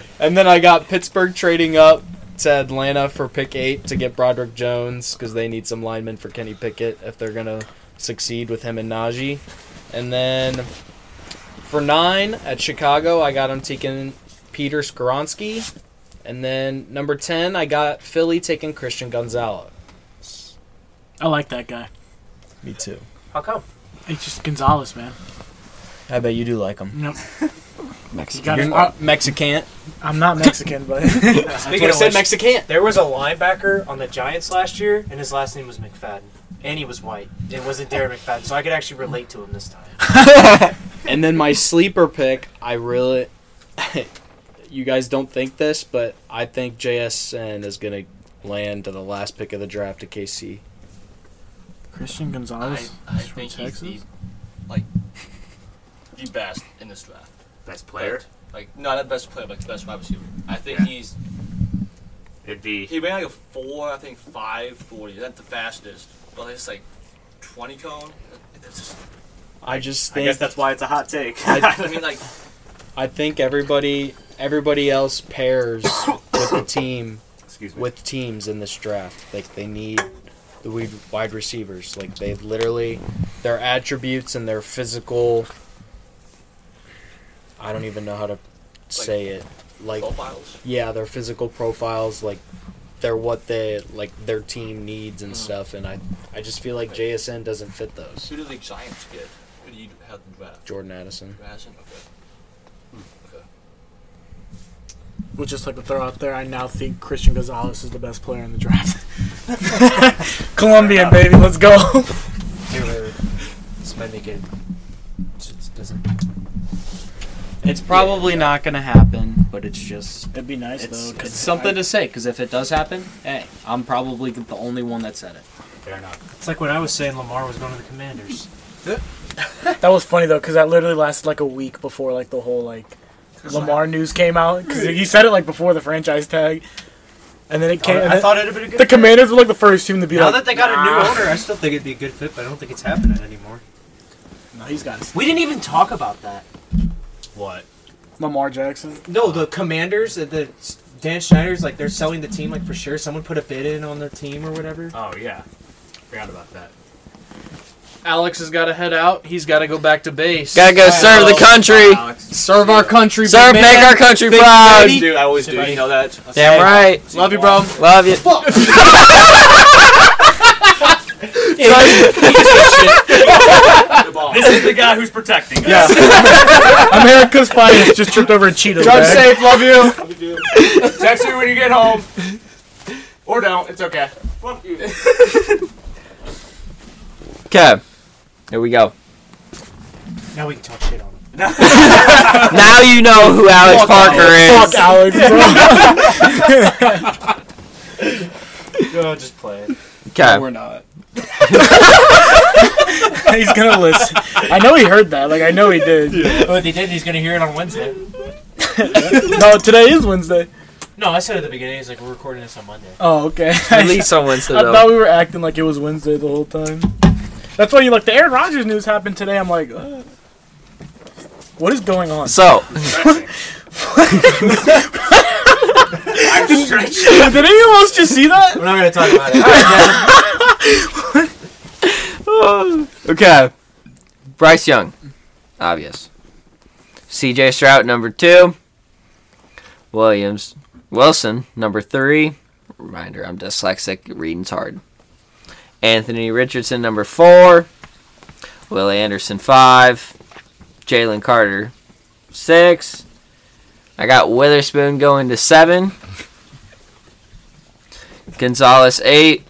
S6: and then I got Pittsburgh trading up to Atlanta for pick eight to get Broderick Jones because they need some linemen for Kenny Pickett if they're gonna succeed with him and Najee. And then for nine at Chicago, I got him taking Peter Skoronsky. And then number ten, I got Philly taking Christian Gonzalez.
S9: I like that guy.
S6: Me too.
S9: How come? It's just Gonzalez, man.
S6: I bet you do like him.
S9: Nope. You
S6: Mexican.
S9: gotta-
S6: You're not Mexican.
S9: I'm not Mexican, but
S6: Speaking of said Mexican.
S2: There was a linebacker on the Giants last year, and his last name was McFadden. And he was white. It wasn't Darren McFadden, so I could actually relate to him this time.
S6: And then my sleeper pick, I really, you guys don't think this, but I think JSN is gonna land to the last pick of the draft to KC.
S9: Christian Gonzalez.
S4: I
S9: from
S4: think he's the,
S9: Texas?
S4: like the best in this draft.
S13: Best player?
S4: Like not the best player, but the best wide receiver. I think
S13: Yeah.
S4: he's
S13: It'd be.
S4: he ran like a four, I think five forty. That's the fastest. But it's like twenty cone. It's just,
S6: I just
S2: I
S6: think
S2: guess that's why it's a hot take.
S4: I mean, like
S6: I think everybody everybody else pairs with the team
S3: Excuse me.
S6: with teams in this draft. Like they need the weed- wide receivers. Like they literally their attributes and their physical. I don't even know how to say it. Like
S4: profiles.
S6: yeah, their physical profiles, like they're what they like their team needs and stuff. And I, I just feel like JSN doesn't fit those.
S4: Who do the Giants get? Who do you have in the draft?
S6: Jordan Addison.
S4: Madison? Okay. Okay.
S9: Well, just like to throw out there, I now think Christian Gonzalez is the best player in the draft.
S2: Colombian baby, let's go.
S1: This might make it. Doesn't
S6: It's probably not gonna happen, but it's just
S9: It'd be nice
S6: it's,
S9: though. 'cause
S6: it's something to say because if it does happen, hey, I'm probably the only one that said it.
S2: It's like when I was saying Lamar was going to the Commanders.
S9: That was funny though, because that literally lasted like a week before like the whole like Lamar news came out. Because he said it like before the franchise tag, and then it came. and
S2: I
S9: then
S2: thought it'd been a good.
S9: the
S2: fit.
S9: Commanders were like the first team to be
S2: Now
S9: like,
S2: that they got a new owner, I still think it'd be a good fit, but I don't think it's happening anymore.
S9: no, he's got
S2: We didn't even talk about that.
S3: What?
S9: Lamar Jackson.
S2: No, the Commanders, uh, the Dan Schneider's like they're selling the team like for sure. Someone put a bid in on their team or whatever.
S3: Oh yeah, forgot about that.
S6: Alex has got to head out. He's got to go back to base.
S5: Gotta go serve the country.
S3: Alex,
S6: Serve our country.
S5: Serve,
S6: big
S5: make
S6: man.
S5: our country
S6: Big
S5: proud.
S6: daddy.
S3: dude, I always do. You know that.
S5: Damn right.
S6: Love you, bro.
S5: Love you.
S3: This is the guy who's protecting us. Yeah.
S9: America's finest just tripped over a Cheeto.
S6: Drive
S9: bag.
S6: safe. Love you.
S3: Text me when you get home, or don't. It's okay. Fuck you.
S5: Okay. Here we go.
S2: Now we can talk shit on them.
S5: Now you know who Alex Parker
S9: Fuck
S5: is.
S9: Alex. bro.
S2: No, just play it.
S5: Okay.
S6: not.
S9: he's gonna listen. I know he heard that. Like I know he did.
S2: But they did. He's gonna hear it on Wednesday.
S9: No, today is Wednesday.
S2: No, I said at the beginning, it's like we're recording this on Monday.
S9: Oh, okay.
S5: Release on Wednesday
S9: I thought
S5: though.
S9: we were acting like it was Wednesday the whole time. That's why you like the Aaron Rodgers news happened today. I'm like, uh, what is going on?
S5: So
S3: I'm stretching.
S9: Did anyone else just see that?
S2: We're not gonna talk about it.
S5: Okay. Bryce Young. Obvious. CJ Stroud, number two. Williams. Wilson, number three. Reminder, I'm dyslexic. Reading's hard. Anthony Richardson, number four. Will Anderson, five. Jalen Carter. Six. I got Witherspoon going to seven. Gonzalez eight.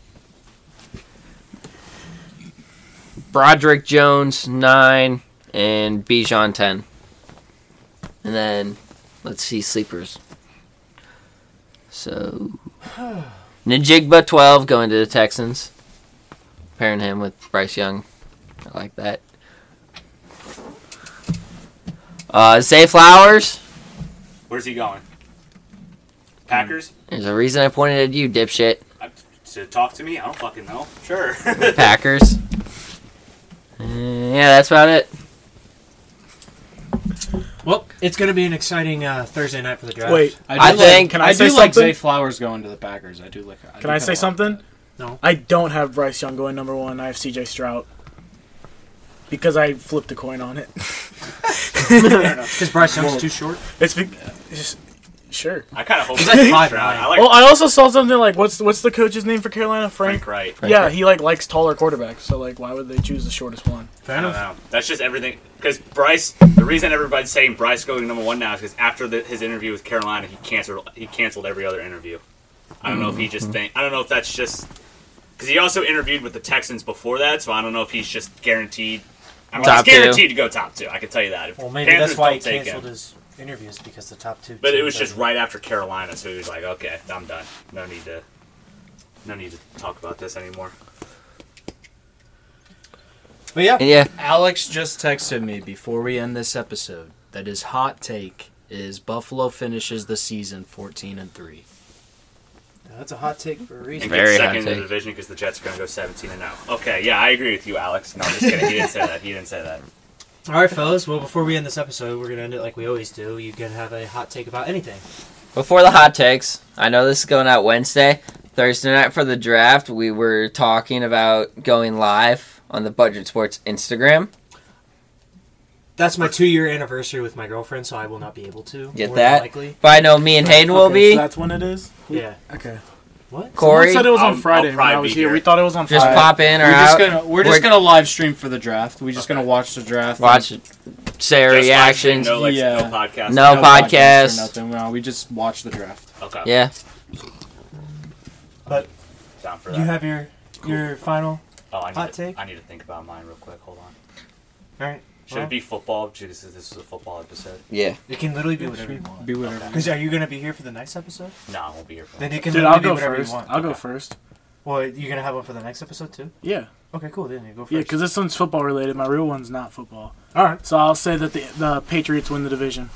S5: Broderick Jones nine and Bijan ten. And then let's see sleepers. So Najigba twelve going to the Texans. Pairing him with Bryce Young. I like that. Uh Zay Flowers.
S3: Where's he going? Packers?
S5: There's a reason I pointed at you, dipshit.
S3: I, to talk to me? I don't fucking know. Hmm. Sure.
S5: Packers. Uh, yeah, that's about it.
S14: Well, it's going to be an exciting uh, Thursday night for the draft.
S9: Wait,
S2: I, do like, can I, do like Zay
S9: something?
S2: Flowers going to the Packers. I do like. I
S9: Can I say something?
S14: No.
S9: I don't have Bryce Young going number one. I have C.J. Stroud because I flipped a coin on it.
S14: Because Bryce Young's too short.
S9: It's be- it's just, sure.
S3: I kind of hope
S14: He's
S3: he's
S14: like five
S3: five Oh.
S14: nine.
S3: I like
S9: well, I also saw something like what's what's the coach's name for Carolina? Frank.
S3: Frank Wright.
S9: yeah, he like likes taller quarterbacks. So like, why would they choose the shortest one?
S3: I don't know. That's just everything. Because Bryce, the reason everybody's saying Bryce going number one now is because after the, his interview with Carolina, he canceled he canceled every other interview. I don't know if he
S1: Mm-hmm.
S3: just think I don't know if that's just because he also interviewed with the Texans before that, so I don't know if he's just guaranteed. I mean,
S5: Top
S3: he's
S5: two.
S3: guaranteed to go top two. I can tell you that. If
S1: Well, maybe
S3: Panthers
S1: that's why he
S3: don't take him-
S1: canceled his interviews because the top two.
S3: But it
S1: teams
S3: was just
S1: are-
S3: right after Carolina, so he was like, "Okay, I'm done. No need to, no need to talk about this anymore."
S2: But yeah,
S5: And yeah.
S2: Alex just texted me before we end this episode that his hot take is Buffalo finishes the season 14 and 3.
S1: That's a hot take for a reason.
S3: And
S5: Very
S3: get second
S5: hot
S3: in the
S5: take.
S3: division because the Jets are going to go 17 and 0. Okay, yeah, I agree with you, Alex. No, I'm just kidding. He didn't say that. He didn't say that.
S1: All right, fellas. Well, before we end this episode, we're gonna end it like we always do. You can have a hot take about anything.
S5: Before the hot takes, I know this is going out Wednesday. Thursday night for the draft, we were talking about going live on the Budget Sports Instagram.
S1: That's my two-year anniversary with my girlfriend, so I will not be able to.
S5: Get
S1: more than
S5: that?
S1: Likely.
S5: But I know me and Hayden will
S9: Okay,
S5: be.
S9: So that's when it is.
S1: Yeah.
S9: Okay.
S1: What?
S5: Corey,
S9: Someone said it was
S3: I'll-
S9: on Friday
S3: I'll
S9: when I
S3: probably
S9: was
S3: be
S9: here.
S3: here.
S9: We thought it was on
S5: just
S9: Friday.
S5: pop in or
S2: We're just
S5: out.
S2: gonna we're just
S5: We're-
S2: gonna live stream for the draft. We're just gonna watch the draft.
S5: watch Sarah
S3: Just
S5: reactions.
S3: live stream,
S2: Yeah.
S3: no, like, no podcast.
S5: No.
S2: podcasts
S5: podcast.
S2: or nothing. No, we just watch the draft.
S3: Okay.
S5: Yeah.
S3: Down for that.
S1: You have your your final.
S3: oh, I need
S1: hot
S3: to,
S1: take?
S3: I need to think about mine real quick. Hold on.
S1: All right.
S3: Should
S1: Well.
S3: it be football? Because this is a football episode.
S5: Yeah.
S1: It can literally be whatever you want.
S2: Be whatever.
S1: Because are you gonna be here for the next episode?
S3: No, I won't be here for
S1: Then
S3: that.
S1: it can
S9: Dude,
S1: literally
S9: I'll
S1: be
S9: go
S1: whatever
S9: first.
S1: you want.
S9: I'll go first.
S1: Well, you're gonna have one for the next episode too.
S9: Yeah.
S1: Okay, cool. Then you go first.
S9: Yeah, because this one's football related. My real one's not football.
S1: all right,
S9: So I'll say that the the Patriots win the division.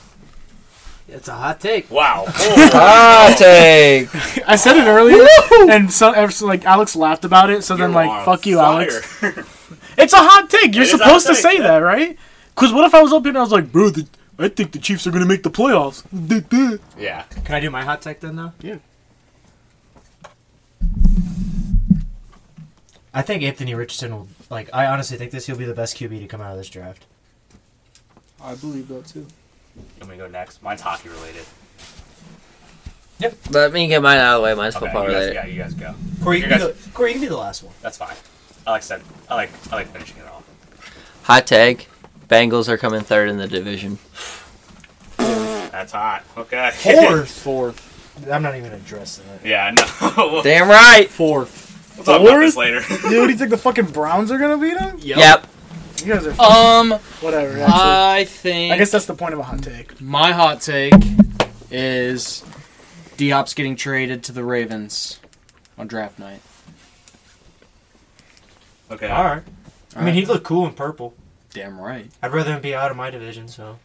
S1: it's a hot take.
S3: Wow.
S5: Hot take.
S9: I said it earlier, and so ever so, like Alex laughed about it. So then like, fuck you, Alex. It's a hot take. You're
S3: It is a
S9: supposed
S3: hot
S9: to
S3: take,
S9: say
S3: yeah.
S9: that, right? Because what if I was up here and I was like, bro, the, I think the Chiefs are gonna make the playoffs.
S3: yeah.
S1: Can I do my hot take then, though?
S9: Yeah.
S1: I think Anthony Richardson will like. I honestly think this. He'll be the best QB to come out of this draft.
S2: I believe that too.
S3: I'm going to go next. Mine's hockey related.
S5: Let me get mine out of the way. Mine's
S3: Okay,
S5: football
S3: you guys,
S5: related.
S3: yeah, you guys go.
S1: Corey, you
S3: You
S1: can,
S3: guys-
S1: be the, Corey, you can be the last one.
S3: That's fine. I like said. I like. I like finishing it off.
S5: Hot take. Bengals are coming third in the division.
S3: That's hot. Okay.
S2: Fourth.
S1: I'm not even addressing it.
S3: yeah. I know. we'll
S5: Damn right.
S2: Fourth.
S3: talk about this
S9: Fourth?
S3: later.
S9: Dude, do you think the fucking Browns are gonna beat them?
S5: Yep.
S9: You guys are f-
S2: Um,
S9: whatever. Actually.
S2: I think.
S9: I guess that's the point of a hot take.
S2: my hot take is Diop's getting traded to the Ravens on draft night.
S3: Okay.
S1: All right. I mean,
S2: Alright.
S1: he looked cool in purple.
S2: Damn right.
S1: I'd rather him be out of my division. So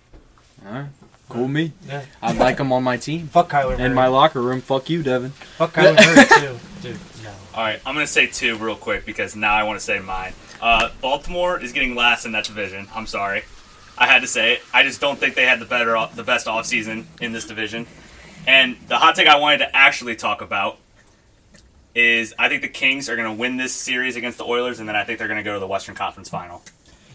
S2: All right. Cool me.
S1: yeah,
S2: I'd like him on my team.
S1: fuck Kyler Murray.
S2: In my locker room. Fuck you, Devin.
S1: fuck Kyler Murray too, dude. No.
S3: All right, I'm gonna say two real quick because now I want to say mine. Uh, Baltimore is getting last in that division. I'm sorry, I had to say it. I just don't think they had the better, off, the best offseason in this division. And the hot take I wanted to actually talk about is I think the Kings are gonna win this series against the Oilers, and then I think they're gonna go to the Western Conference Final.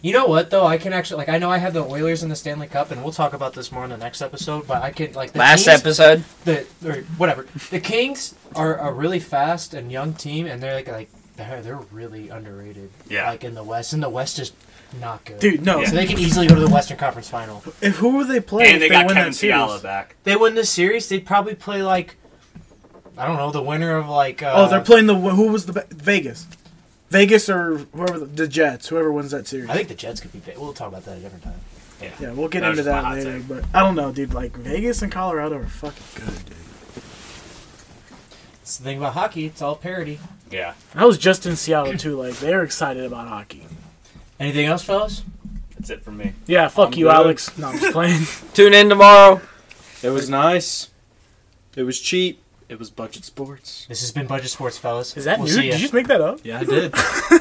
S1: You know what though? I can actually like. I know I have the Oilers in the Stanley Cup, and we'll talk about this more in the next episode. But I can like the
S5: Last
S1: teams-
S5: episode.
S1: the or whatever. The Kings are a really fast and young team, and they're like like They're, they're really underrated.
S9: Yeah.
S1: Like in the West, and the West is not good.
S9: Dude, no.
S1: So they could easily go to the Western Conference Final.
S9: If who would they play? if win that series?
S3: back.
S1: They win the series. They'd probably play like, I don't know, the winner of like. Uh,
S9: oh, they're playing the who was the be- Vegas, Vegas or whoever the, the Jets, whovever wins that series.
S1: I think the Jets could be. ba- We'll talk about that a different time. Yeah.
S9: Yeah, we'll get into that later. But I don't know, dude. Like Vegas and Colorado are fucking good, dude.
S1: It's the thing about hockey. It's all parody.
S3: Yeah.
S9: I was just in Seattle too. Like they're excited about hockey.
S1: Anything else, fellas?
S3: That's it for me.
S9: Yeah, fuck
S4: I'm
S9: you,
S4: good.
S9: Alex. No, I'm just playing.
S4: Tune in tomorrow. It was nice. It was cheap. It was budget sports.
S1: This has been Budget Sports, fellas.
S9: Is that new? Did you just make that up?
S4: Yeah, I did.